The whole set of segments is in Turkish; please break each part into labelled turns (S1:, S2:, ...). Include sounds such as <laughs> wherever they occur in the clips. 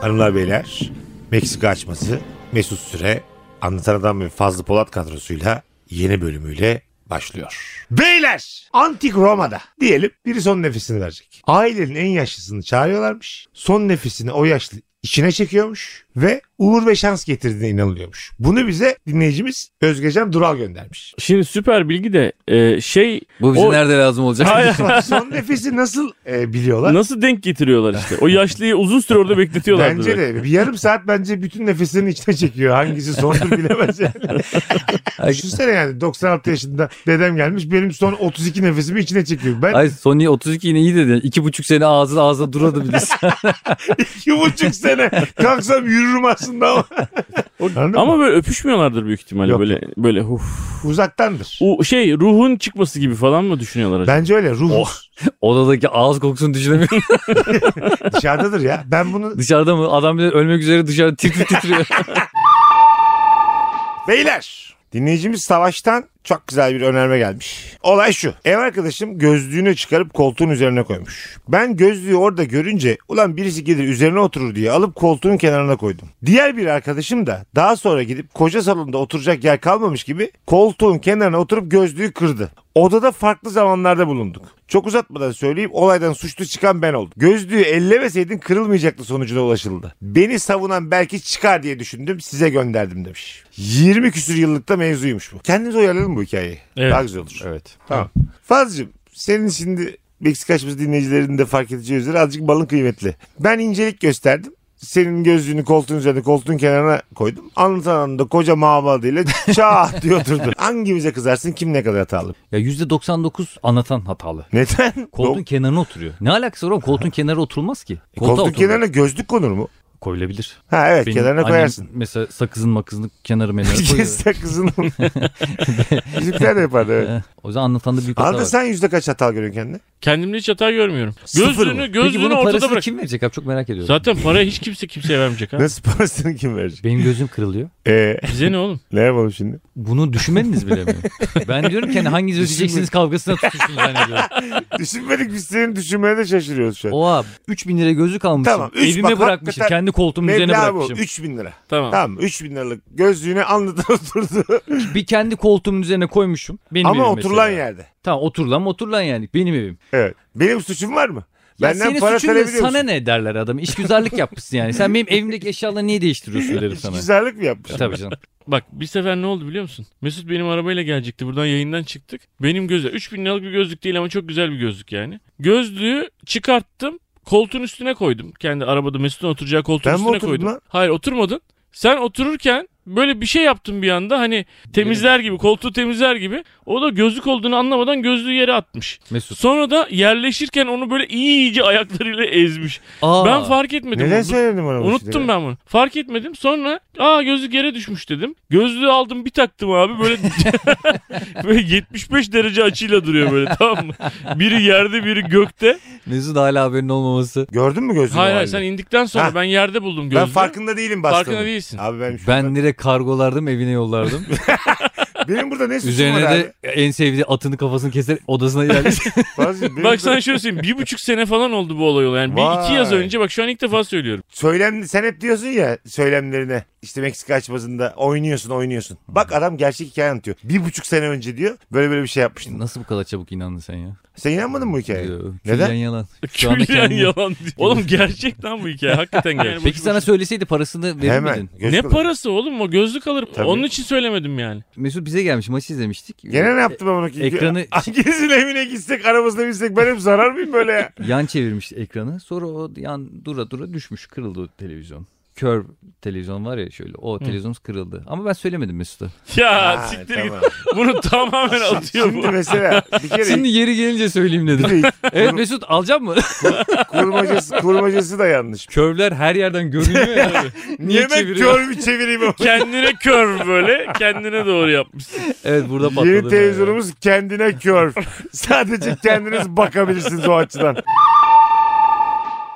S1: Hanımlar beyler Meksika açması Mesut Süre Anlatan Adam ve Fazlı Polat kadrosuyla yeni bölümüyle başlıyor. Beyler antik Roma'da diyelim biri son nefesini verecek. Ailenin en yaşlısını çağırıyorlarmış. Son nefesini o yaşlı içine çekiyormuş ve uğur ve şans getirdiğine inanılıyormuş. Bunu bize dinleyicimiz Özgecan Dural göndermiş.
S2: Şimdi süper bilgi de
S1: <laughs>
S2: e, şey
S3: Bu bize
S2: O-
S3: nerede lazım olacak?
S2: Hayır.
S1: son nefesi nasıl e, biliyorlar?
S2: <laughs> nasıl denk getiriyorlar işte. O yaşlıyı uzun süre orada bekletiyorlar.
S1: Bence de bir yarım saat bence bütün nefeslerini içine çekiyor. Hangisi sondur bilemez yani. Düşünsene yani 96 yaşında dedem gelmiş benim son 32 nefesimi içine çekiyor. Ben <laughs>
S3: <laughs> Ay Sony 32 yine iyi dedi. İki buçuk sene ağzına ağzına duradı
S1: <laughs>
S3: bilirsin.
S1: 2,5 sene kalksam yürürüm aslında ama. Anladın mı?
S2: Ama böyle öpüşmüyorlardır büyük ihtimalle
S1: Yok.
S2: böyle böyle huf.
S1: uzaktandır.
S2: O şey ruhun çıkması gibi falan mı düşünüyorlar acaba?
S1: Bence öyle ruh
S3: Odadaki ağız kokusunu düşünemiyorum.
S1: dışarıdadır ya. Ben bunu
S3: <laughs> Dışarıda mı? Adam bile ölmek üzere dışarı titrip titriyor.
S1: Beyler dinleyicimiz Savaş'tan çok güzel bir önerme gelmiş. Olay şu. Ev arkadaşım gözlüğünü çıkarıp koltuğun üzerine koymuş. Ben gözlüğü orada görünce ulan birisi gelir üzerine oturur diye alıp koltuğun kenarına koydum. Diğer bir arkadaşım da daha sonra gidip koca salonda oturacak yer kalmamış gibi koltuğun kenarına oturup gözlüğü kırdı. Odada farklı zamanlarda bulunduk. Çok uzatmadan söyleyeyim olaydan suçlu çıkan ben oldum. Gözlüğü ellemeseydin kırılmayacaktı sonucuna ulaşıldı. Beni savunan belki çıkar diye düşündüm size gönderdim demiş. 20 küsür yıllıkta mevzuymuş bu. Kendiniz uyarlayın bu hikayeyi.
S2: Evet.
S1: Daha güzel olur.
S3: evet.
S1: Tamam. Fazlıcığım senin şimdi Meksika açması dinleyicilerinin de fark edeceği üzere azıcık balın kıymetli. Ben incelik gösterdim. Senin gözlüğünü koltuğun üzerine koltuğun kenarına koydum. Anlatan anında koca <laughs> mağmalıyla çağ diye oturdu. Hangimize kızarsın kim ne kadar hatalı?
S3: <laughs> Ya %99 anlatan hatalı.
S1: Neden?
S3: <laughs> Koltuğun kenarına oturuyor. Ne alakası var oğlum? Koltuğun kenarı oturulmaz ki.
S1: E, koltuğun
S3: oturulur.
S1: kenarına gözlük konur mu?
S3: koyulabilir.
S1: Ha evet
S3: Benim
S1: kenarına
S3: annem <laughs>
S1: koyarsın.
S3: Mesela sakızın makızını
S1: <laughs>
S3: kenarı menarı koyuyor.
S1: Kesse kızın.
S3: <laughs>
S1: Bizimkiler de yapardı. Evet.
S3: Eh, o yüzden anlatan da büyük hata
S1: Anladın
S3: var.
S1: sen yüzde kaç hata görüyorsun kendine?
S2: Kendimde hiç hata görmüyorum.
S1: Sıfır mı?
S2: Gözlüğünü
S3: Peki bunun
S2: gözlüğünü
S3: parasını
S2: ortada bırak.
S3: kim verecek abi çok merak ediyorum.
S2: Zaten para hiç kimse kimseye vermeyecek ha.
S1: Nasıl parasını kim verecek?
S3: Benim gözüm kırılıyor.
S1: Ee,
S2: Bize ne oğlum?
S1: ne yapalım şimdi?
S3: Bunu düşünmediniz
S1: <laughs>
S3: bile mi? ben diyorum ki hani hanginiz ödeyeceksiniz kavgasına tutuşun zannediyorum.
S1: Düşünmedik biz senin düşünmeye de şaşırıyoruz şu an.
S3: Oha 3000 lira gözlük almışım.
S1: Tamam, üç
S3: Evime
S1: bak,
S3: bırakmışım.
S1: hakikaten
S3: Kendi koltuğumun üzerine
S1: Meblağ bu.
S3: bırakmışım.
S1: 3000 lira.
S2: Tamam.
S1: Tamam 3000 liralık gözlüğünü anlatan <laughs> oturdu.
S3: Bir kendi koltuğumun üzerine koymuşum. Benim
S1: Ama
S3: evim
S1: oturulan
S3: mesela.
S1: yerde.
S3: Tamam oturulan oturulan yani. Benim evim.
S1: Evet. Benim suçum var mı?
S3: Ya
S1: Benden
S3: senin
S1: para
S3: suçun ne?
S1: talebiliyor
S3: Sana
S1: musun?
S3: ne derler adam? İşgüzarlık yapmışsın yani. Sen benim evimdeki eşyaları niye değiştiriyorsun
S1: <laughs>
S3: derim sana.
S1: Güzellik mi yapmış?
S3: Tabii canım.
S2: Bak bir sefer ne oldu biliyor musun? Mesut benim arabayla gelecekti. Buradan yayından çıktık. Benim gözle 3000 liralık bir gözlük değil ama çok güzel bir gözlük yani. Gözlüğü çıkarttım. Koltuğun üstüne koydum. Kendi arabada Mesut'un oturacağı koltuğun
S1: Ben mi
S2: üstüne
S1: oturdum
S2: koydum.
S1: lan?
S2: Hayır oturmadın. Sen otururken böyle bir şey yaptın bir anda hani temizler gibi koltuğu temizler gibi o da gözlük olduğunu anlamadan gözlüğü yere atmış.
S3: Mesut.
S2: Sonra da yerleşirken onu böyle iyice ayaklarıyla ezmiş.
S3: Aa,
S2: Ben fark etmedim.
S1: Neden
S2: bunu.
S1: söyledim bana bu
S2: Unuttum
S1: şeyleri?
S2: ben bunu. Fark etmedim. Sonra aa gözlük yere düşmüş dedim. Gözlüğü aldım bir taktım abi böyle <laughs> böyle 75 derece açıyla duruyor böyle tamam mı? Biri yerde biri gökte.
S3: Mesut hala haberin olmaması.
S1: Gördün mü gözlüğünü?
S2: Hayır
S1: o
S2: hayır
S1: halde?
S2: sen indikten sonra
S1: Ha.
S2: ben yerde buldum
S1: Ben
S2: gözlüğü.
S1: farkında değilim bastığımın.
S2: Farkında değilsin.
S1: Abi ben,
S3: Ben direkt kargolardım
S1: <laughs>
S3: evine yollardım.
S1: benim burada ne suçum
S3: Üzerine
S1: var
S3: de en sevdiği atını kafasını keser odasına
S1: <laughs>
S3: yerleştir.
S1: abi? Bazı- benim
S2: <laughs> Bak sana
S1: burada-
S2: şöyle söyleyeyim. <laughs> Bir buçuk sene falan oldu bu olay. Yani bir iki
S1: Vay.
S2: yaz önce bak şu an ilk defa söylüyorum.
S1: Söylem, sen hep diyorsun ya söylemlerine işte Meksika açmasında oynuyorsun oynuyorsun. Bak adam gerçek hikaye anlatıyor. Bir buçuk sene önce diyor böyle böyle bir şey yapmıştın.
S3: Nasıl bu kadar çabuk inandın sen ya?
S1: Sen inanmadın mı bu hikayeye?
S3: Yo,
S1: Neden?
S3: Külliyen yalan.
S2: <laughs>
S3: Şu anda
S2: Külliyen
S3: kendini-
S2: yalan diyor. Oğlum gerçek lan bu hikaye. Hakikaten gerçek.
S3: Peki sana söyleseydi parasını verir
S1: Hemen.
S3: miydin?
S1: göz
S2: ne
S1: kulak.
S2: parası oğlum o gözlük alır.
S1: Tabii.
S2: Onun için söylemedim <laughs> yani.
S3: Mesut bize gelmiş maçı izlemiştik. E,
S1: Gene ne yaptım ben bunu ki? <laughs>
S3: ekranı-
S1: Hangisinin evine gitsek arabasına binsek ben hep zarar mıyım böyle ya?
S3: Yan çevirmiş ekranı. Sonra o yan dura dura düşmüş. Kırıldı o televizyon. Kör televizyon var ya şöyle. O televizyon kırıldı. Ama ben söylemedim Mesut'a.
S2: Ya
S1: Ha,
S2: siktir
S1: tamam.
S2: git. Bunu <laughs> tamamen atıyor bu.
S1: Şimdi mesela bir kere
S3: Şimdi yeri gelince söyleyeyim dedim.
S1: ilk-
S3: evet Mesut alacak <laughs> mı?
S1: kurmacası, kurmacası da yanlış.
S3: Körler her yerden görünüyor ya. Niye
S1: Yemek
S3: çeviriyor?
S1: kör bir çevireyim ama.
S2: Kendine kör böyle. Kendine doğru yapmışsın.
S3: Evet burada patladı.
S1: Yeni televizyonumuz <laughs> kendine kör. Sadece kendiniz bakabilirsiniz o açıdan.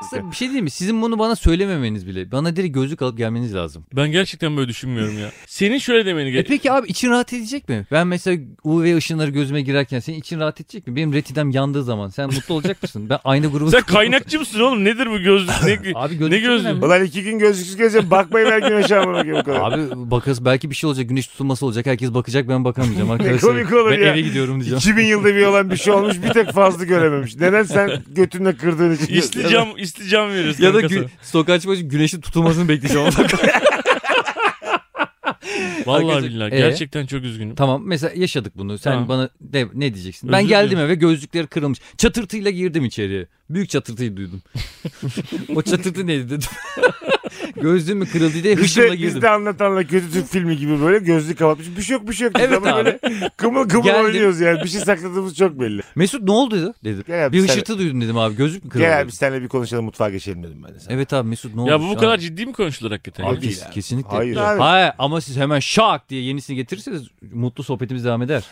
S3: Aslında bir şey diyeyim mi? Sizin bunu bana söylememeniz bile. Bana direkt gözlük alıp gelmeniz lazım.
S2: Ben gerçekten böyle düşünmüyorum ya. Senin şöyle demeni
S3: E
S2: gerek.
S3: peki abi için rahat edecek mi? Ben mesela UV ışınları gözüme girerken senin için rahat edecek mi? Benim retinem yandığı zaman sen mutlu olacak mısın? Ben aynı grubu...
S2: Sen kaynakçı mısın oğlum? Nedir bu
S3: <laughs>
S2: gözlük? Ne, ne
S3: Abi gözlük çok
S2: gözlük?
S3: önemli.
S1: Ulan iki gün gözlüksüz gezeceğim. Bakmayın her gün aşağı bana bakıyor bu kadar.
S3: Abi bakarız belki bir şey olacak. Güneş tutulması olacak. Herkes bakacak ben bakamayacağım arkadaşlar.
S1: komik olur
S3: ben
S1: ya.
S3: eve gidiyorum
S1: <laughs>
S3: diyeceğim.
S1: 2000 yılda bir olan bir şey olmuş bir tek fazla görememiş. Neden sen götünle kırdığın için?
S2: İsticam, isticam veriyorsun.
S3: ya da
S2: kankası.
S3: gü- sokağa çıkmak için güneşin tutulmasını bekleyeceğim.
S2: Vallahi
S3: Arkadaşlar,
S2: billahi
S3: ee?
S2: gerçekten çok üzgünüm.
S3: tamam mesela yaşadık bunu. Sen
S2: Tamam.
S3: bana de- ne diyeceksin?
S2: Özür
S3: ben geldim
S2: dilerim.
S3: eve gözlükleri kırılmış. Çatırtıyla girdim içeriye. Büyük çatırtıyı duydum. o çatırtı neydi dedim. <laughs> Gözlüğüm mü kırıldı diye
S1: Biz
S3: hışımla
S1: de, biz
S3: girdim.
S1: de anlatanla kötü Türk filmi gibi böyle gözlük kapatmış. Bir şey yok bir şey yok. Biz
S3: Evet
S1: ama
S3: abi.
S1: Böyle kımıl kımıl
S3: Geldim.
S1: oynuyoruz yani. Bir şey sakladığımız çok belli.
S3: Mesut ne oldu dedi. dedim.
S1: Gel abi
S3: bir
S1: sen-
S3: hışırtı duydum dedim abi. Gözlük mü kırıldı?
S1: Gel
S3: dedi.
S1: abi seninle bir konuşalım mutfağa geçelim dedim ben de sana.
S3: Evet abi Mesut ne oldu?
S2: Ya bu bu kadar ciddi mi konuşulur hakikaten?
S1: Abi,
S2: ya?
S1: değil
S3: Kes,
S1: abi.
S3: kesinlikle.
S1: Hayır abi.
S3: Hayır ama siz hemen şak diye yenisini getirirseniz mutlu sohbetimiz devam eder.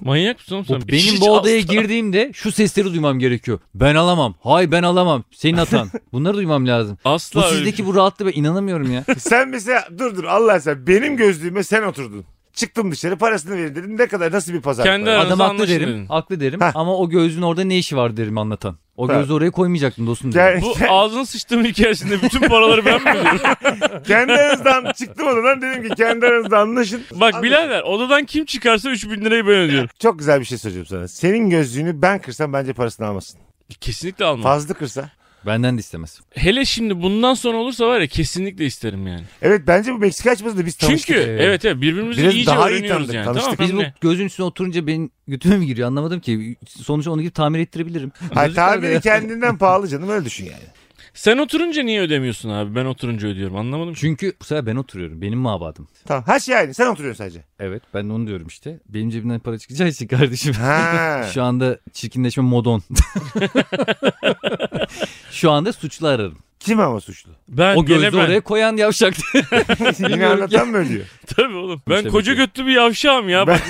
S2: Manyak mısın oğlum
S3: O
S2: sen? şey
S3: benim bu odaya girdiğimde şu sesleri duymam gerekiyor. Ben alamam. Hay ben alamam. Senin atan. Bunları duymam lazım.
S2: Asla
S3: Bu
S2: öyle bir
S3: sizdeki bu rahatlığı ben inanamıyorum ya.
S1: sen mesela dur dur Allah sen benim gözlüğüme sen oturdun. Çıktım dışarı parasını verin dedim. Ne kadar nasıl bir pazar?
S2: Kendi
S1: var?
S2: aranızda
S3: Adam haklı
S2: anlaşın
S3: derim.
S2: dedin.
S3: Haklı derim.
S1: Heh.
S3: Ama o gözün orada ne işi var derim anlatan. O gözü oraya koymayacaktım dostum derim.
S1: Gel-
S2: Bu ağzını sıçtığım hikayesinde bütün paraları ben mi ödüyorum?
S3: <laughs>
S1: kendi aranızdan çıktım odadan dedim ki kendi aranızda anlaşın.
S2: Bak
S1: Anlaşın.
S2: birader odadan kim çıkarsa 3000 lirayı ben ödüyorum.
S1: Çok güzel bir şey söyleyeceğim sana. Senin gözlüğünü ben kırsam bence parasını almasın.
S2: Kesinlikle almam.
S1: Fazla kırsa.
S3: Benden de istemez. E,
S2: Hele şimdi bundan sonra olursa var ya kesinlikle isterim yani.
S1: Evet bence bu Meksika açmasında biz tanıştık.
S2: Çünkü
S3: evet.
S2: evet evet birbirimizi
S1: e, Biraz
S2: iyice
S1: daha iyi
S2: öğreniyoruz
S1: tanıdık,
S2: yani.
S1: tanıştık.
S2: Tamam
S3: Biz bu
S2: mı?
S3: gözün üstüne oturunca benim götüme mi giriyor anlamadım ki. Sonuçta onu gidip tamir ettirebilirim.
S1: Hayır
S3: Gözlük nerede
S1: tabiri
S3: ya?
S1: kendinden pahalı canım öyle düşün yani.
S2: Sen oturunca niye ödemiyorsun abi? Ben oturunca ödüyorum anlamadım. ki.
S3: Çünkü bu sefer ben oturuyorum. Benim mabadım.
S1: Tamam her şey aynı sen oturuyorsun sadece.
S3: Evet ben de onu diyorum işte. Benim cebimden para çıkacağı için <laughs> kardeşim.
S1: Ha.
S3: Şu anda çirkinleşme modon. <laughs> Şu anda suçlu ararım.
S1: Kim ama
S2: <laughs>
S1: suçlu?
S2: Ben
S3: o
S2: gene
S3: gözü
S2: ben.
S3: oraya koyan <laughs> yavşak.
S1: Yine
S3: Bilmiyorum
S1: anlatan mı ödüyor?
S2: <laughs> Tabii oğlum. Ben
S3: İşte
S2: koca
S3: bitiyor.
S2: götlü bir yavşağım ya.
S1: Ben-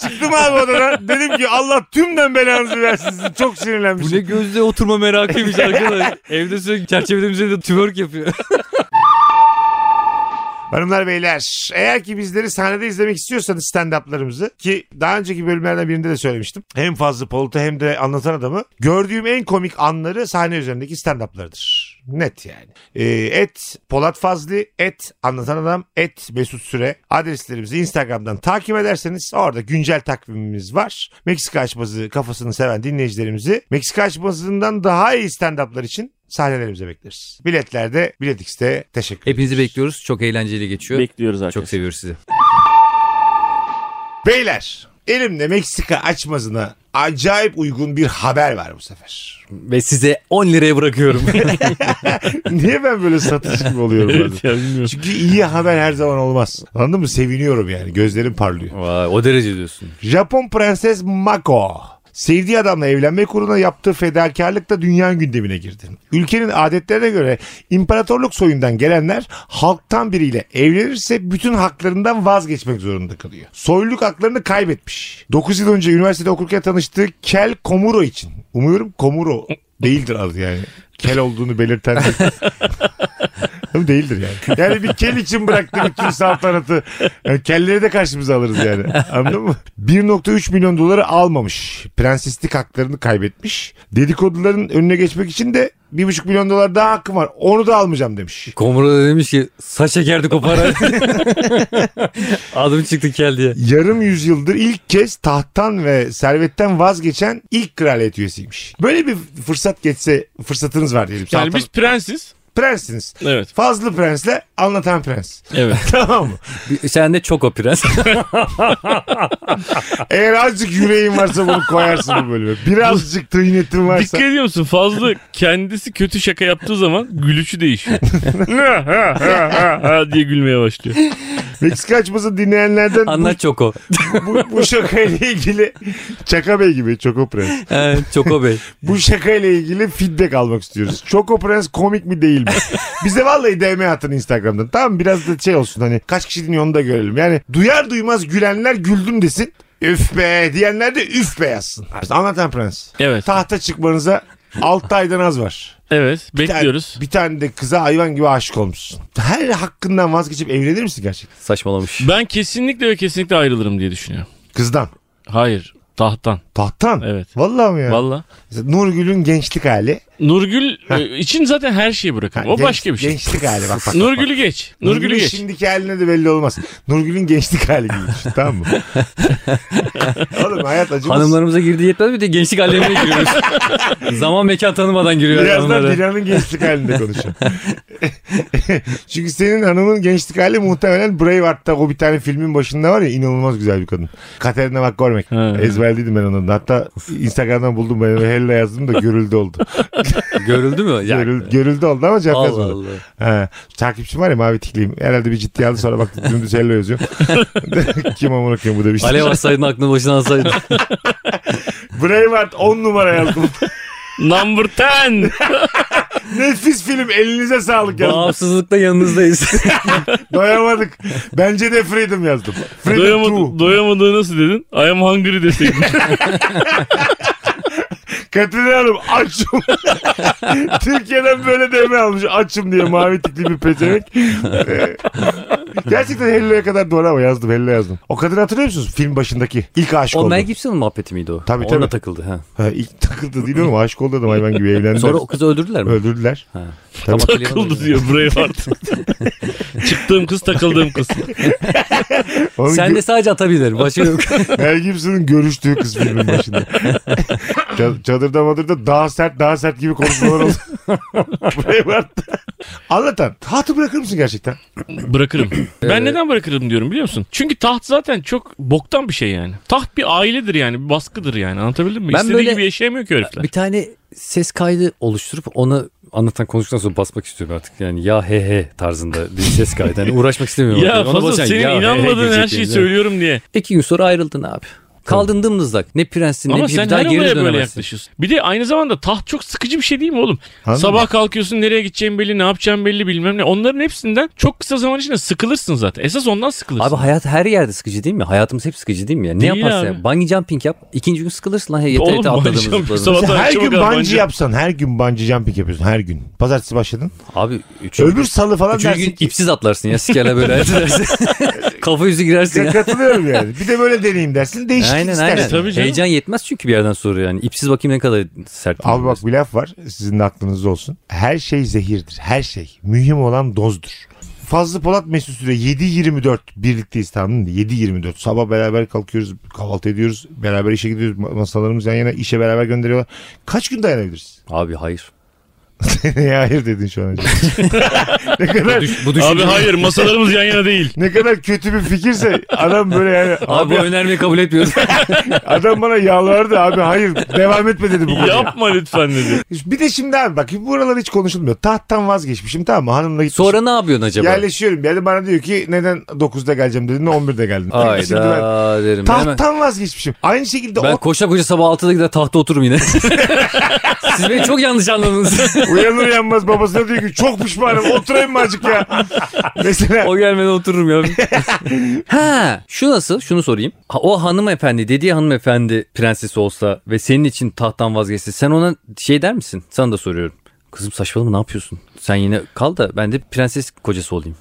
S1: Çıktım abi odadan dedim ki Allah tümden belanızı versin sizi çok
S3: Bu ne
S1: sinirlenmişim.
S3: gözle oturma merakıymış <laughs> arkadaş. Evde sürekli çerçevelerin üzerinde twerk yapıyor.
S1: Hanımlar beyler eğer ki bizleri sahnede izlemek istiyorsanız stand-up'larımızı ki daha önceki bölümlerden birinde de söylemiştim. Hem fazla Polat'ı hem de anlatan adamı gördüğüm en komik anları sahne üzerindeki stand-up'larıdır. Net yani. Ee, et Polat Fazlı, et Anlatan Adam, et Mesut Süre adreslerimizi Instagram'dan takip ederseniz orada güncel takvimimiz var. Meksika açmazı kafasını seven dinleyicilerimizi Meksika açmazından daha iyi stand-up'lar için sahnelerimize bekleriz. Biletlerde, Bilet X'te teşekkür
S3: Hepinizi bekliyoruz. Çok eğlenceli geçiyor.
S2: Bekliyoruz
S3: Çok seviyoruz sizi.
S1: Beyler elimde Meksika açmazına acayip uygun bir haber var bu sefer. <laughs>
S3: Ve size 10 liraya bırakıyorum.
S1: Niye ben böyle satış gibi oluyorum? bazen?
S2: <laughs> Evet
S1: <laughs>
S2: ya bilmiyorum.
S1: Çünkü iyi haber her zaman olmaz. Anladın mı? Seviniyorum yani. Gözlerim parlıyor.
S3: <laughs> Vay, o derece diyorsun.
S1: Japon prenses Mako. Sevdiği adamla evlenmek uğruna yaptığı fedakarlıkla dünya gündemine girdi. Ülkenin adetlerine göre imparatorluk soyundan gelenler halktan biriyle evlenirse bütün haklarından vazgeçmek zorunda kalıyor. Soyluluk haklarını kaybetmiş. 9 yıl önce üniversitede okurken tanıştığı Kel Komuro için. Umuyorum Komuro değildir adı yani. Kel olduğunu belirten Oğlum değildir yani. Yani bir kel için bıraktığı bütün saltanatı. Yani kelleri de karşımıza alırız yani. Anladın mı? 1.3 milyon doları almamış. Prenseslik haklarını kaybetmiş. Dedikoduların önüne geçmek için de 1.5 milyon dolar daha hakkım var. Onu da almayacağım demiş.
S3: Komuro da demiş ki saç ekerdik o <laughs> para. Adım çıktı kel diye.
S1: Yarım yüzyıldır ilk kez tahttan ve servetten vazgeçen ilk kraliyet üyesiymiş. Böyle bir fırsat geçse fırsatınız var diyelim.
S2: Yani
S1: Saltan-
S2: biz prensiz.
S1: Prenssiniz.
S2: Evet.
S1: Fazlı prensle anlatan prens.
S2: Evet.
S1: <laughs> Tamam mı?
S3: Bir- Sen de çok o <laughs> prens.
S1: Eğer azıcık yüreğin varsa bunu koyarsın bu bölüme. Birazcık tıynetin varsa.
S2: Dikkat ediyor musun? Fazla kendisi kötü şaka yaptığı zaman gülüşü değişiyor. <laughs> Ha, ha, ha, ha, ha diye gülmeye başlıyor.
S1: Meksika açması dinleyenlerden bu,
S3: Anlat <laughs> Çoko.
S1: bu, bu şakayla ilgili Çaka Bey gibi Çoko Prens.
S3: He, Çoko Bey.
S1: Bu şakayla ilgili feedback almak istiyoruz. Çoko Prens komik mi değil mi? Bize vallahi DM atın Instagram'dan. Tamam mı? biraz da şey olsun hani kaç kişi dinliyor onu da görelim. Yani duyar duymaz gülenler güldüm desin. Üf be diyenler de üf be yazsın. Anlatan Prens.
S2: Evet.
S1: Tahta çıkmanıza 6 aydan az var.
S2: Evet
S1: Bir tane-
S2: bekliyoruz.
S1: Bir tane de kıza hayvan gibi aşık olmuşsun. Her hakkından vazgeçip evlenir misin gerçekten?
S3: Saçmalamış.
S2: Ben kesinlikle ve kesinlikle ayrılırım diye düşünüyorum.
S1: Kızdan.
S2: Hayır tahttan
S1: Tahttan.
S2: evet.
S1: Vallahi mi ya?
S2: Valla.
S1: Nurgül'ün gençlik hali.
S2: Nurgül e, için zaten her şeyi bırakırım.
S1: Ha,
S2: O
S1: genç-
S2: başka bir şey.
S1: Gençlik hali bak. bak, bak.
S2: Nurgül'ü geç. Nurgül'ü
S1: Nurgül'ün
S2: geç.
S1: şimdiki haline de belli olmaz. Nurgül'ün gençlik hali giymiş. tamam
S2: <laughs>
S1: mı? Oğlum hayat acımız.
S3: Hanımlarımıza girdi yetmez bir de gençlik alemine giriyoruz. <laughs> Zaman mekan tanımadan giriyoruz
S1: Birazdan
S3: hanımlara.
S1: Dilan'ın gençlik halinde konuşalım. <laughs> Çünkü senin hanımın gençlik hali muhtemelen Braveheart'ta o bir tane filmin başında var ya inanılmaz güzel bir kadın. Katerina Vakkormek.
S2: Ha.
S1: Ezberliydim ben onun. da. Hatta Instagram'dan buldum ben. Hella yazdım da görüldü oldu.
S3: Görüldü mü? Ya.
S1: Görül, görüldü oldu ama cevap
S3: Allah
S1: yazmadım.
S3: Allah.
S1: Ha, takipçim var ya mavi tikliyim. Herhalde bir ciddiye aldı sonra baktı dümdüz hello yazıyor. Kim amına koyayım bu demiş.
S3: <laughs> Alev atsaydın aklını başına <laughs> alsaydın.
S1: Braveheart 10 numara yazdım.
S2: Number
S1: <laughs>
S2: 10.
S1: Nefis film elinize sağlık yazdım.
S3: Bağımsızlıkta <laughs> yanınızdayız.
S1: Doyamadık. Bence de Freedom yazdım. Freedom
S2: Doyamadı,
S1: 2.
S2: doyamadığı nasıl dedin? I am hungry deseydin.
S1: Katrina Hanım
S3: <laughs>
S1: açım. Türkiye'den böyle devre almış. Açım diye mavi tikli bir pezevenk.
S3: <laughs>
S1: Ee, Gerçekten Hello'ya kadar doğru ama yazdım. Hello yazdım. O kadını hatırlıyor musunuz? Film başındaki ilk aşık
S3: o
S1: oldu.
S3: Mel Gibson'ın muhabbeti miydi o?
S1: Tabii,
S3: Onunla
S1: tabii.
S3: takıldı. Ha.
S1: Ha, ilk takıldı değil mi? Aşık oldu adam hayvan gibi evlendiler.
S3: Sonra o kızı öldürdüler mi?
S1: Öldürdüler.
S3: Tam hatırlayamadım.
S2: takıldı diyor Braveheart. <laughs> Çıktığım kız takıldığım kız.
S1: Onun
S3: Sen de sadece atabilir. <laughs> Başka yok.
S1: Mel Gibson'ın görüştüğü kız filmin
S3: <laughs>
S1: başında. Ç- Çadırda madırda daha sert daha sert gibi konuşmalar
S3: <laughs>
S1: oldu. Buraya baktı. Anlatan. Hatı bırakır mısın gerçekten?
S2: Bırakırım. Ben neden bırakırım diyorum biliyor musun? Çünkü taht zaten çok boktan bir şey yani. Taht bir ailedir yani. Bir baskıdır yani. Anlatabildim mi?
S3: Ben
S2: İstediği
S3: böyle-
S2: gibi yaşayamıyor ki herifler.
S3: Bir tane ses kaydı oluşturup ona anlatan konuştuktan sonra basmak istiyorum artık. Yani ya he he tarzında bir ses kaydı. Yani uğraşmak istemiyorum.
S2: Ya
S3: artık. Ona
S2: Fazıl
S3: basacaksın,
S2: senin
S3: ya <laughs> he he
S2: inanmadığın
S3: girecek
S2: her şeyi
S3: yani.
S2: söylüyorum diye.
S3: İki gün sonra ayrıldın abi. Kaldın dımdızlak. Ne prenssin ne
S2: Ama
S3: bir şey.
S2: sen
S3: Bir daha
S2: her
S3: geri
S2: olaya böyle
S3: dönemezsin.
S2: yaklaşıyorsun. Bir de aynı zamanda taht çok sıkıcı bir şey değil mi oğlum?
S1: Anladın
S2: Sabah
S1: mı?
S2: kalkıyorsun nereye gideceğin belli ne yapacağın belli bilmem ne. Onların hepsinden çok kısa zaman içinde sıkılırsın zaten. Esas ondan sıkılırsın.
S3: Abi hayat her yerde sıkıcı değil mi? Hayatımız hep sıkıcı değil mi? Ya? Ne
S2: Değil
S3: yaparsan
S2: abi.
S3: yap. Bungee jumping yap. İkinci gün sıkılırsın lan. He, yeter yeter
S2: Oğlum
S3: atladığımız
S2: bungee jumping
S3: zıpladığımız.
S2: sabah-
S1: her
S2: akşama
S1: gün
S2: kadar
S1: bungee
S2: bungee-
S1: yapsan, her gün bungee jumping yapıyorsun her gün. Pazartesi başladın.
S3: Abi üçüncü,
S1: Öbür salı falan
S3: üçüncü
S1: dersin
S3: gün
S1: ki.
S3: ipsiz atlarsın ya. Sikerle
S1: <laughs>
S3: böyle <laughs> dersin. Kafa yüzü girersin
S1: Ya
S3: ya.
S1: katılıyorum yani. Bir de böyle deneyim dersin. Değişiklik
S3: Aynen
S1: istersin.
S3: aynen.
S2: Tabii canım.
S3: Heyecan yetmez çünkü bir yerden sonra yani. İpsiz bakayım ne kadar sert.
S1: Abi bak bir laf var sizin de aklınızda olsun. Her şey zehirdir. Her şey. Mühim olan dozdur. Fazlı Polat Mesut Süre 7-24 birlikteyiz tamam mı? 7-24 sabah beraber kalkıyoruz kahvaltı ediyoruz beraber işe gidiyoruz ma- masalarımız yan yana işe beraber gönderiyorlar. Kaç gün dayanabiliriz? <laughs>
S3: Abi hayır.
S1: Seneye hayır dedin şu an önce. ne
S3: Bu,
S1: kadar
S3: düş, bu
S2: Abi
S3: düşünce-
S2: hayır masalarımız yan yana
S3: <laughs>
S2: değil.
S1: ne kadar kötü bir fikirse adam böyle yani
S3: Abi
S1: abi,
S3: bu önermeyi
S1: <laughs>
S3: kabul etmiyoruz.
S1: adam bana yalvardı abi hayır devam etme dedi bu konuya.
S2: Yapma lütfen dedi.
S1: Bir de şimdi abi bak buralar hiç konuşulmuyor. Tahttan vazgeçmişim tamam mı? Hanımla gitmişim.
S3: Sonra ne yapıyorsun acaba?
S1: Yerleşiyorum. Yani bana diyor ki neden 9'da geleceğim dedin de 11'de geldin. Şimdi ben
S3: Ayda derim. Hemen-
S1: tahttan vazgeçmişim. Aynı şekilde
S3: Ben
S1: o <laughs>
S3: koşa koşa sabah 6'da gider tahta otururum yine. Siz beni çok yanlış anladınız.
S1: uyanır uyanmaz babasına diyor ki çok pişmanım oturayım mı azıcık ya. Mesela
S3: o gelmeden otururum ya. ha, şu nasıl? Şunu sorayım. Ha, O hanımefendi dediği hanımefendi prenses olsa ve senin için tahttan vazgeçse sen ona şey der misin? Sana da soruyorum. Kızım saçmalama ne yapıyorsun? Sen yine kal da ben de prenses kocası olayım.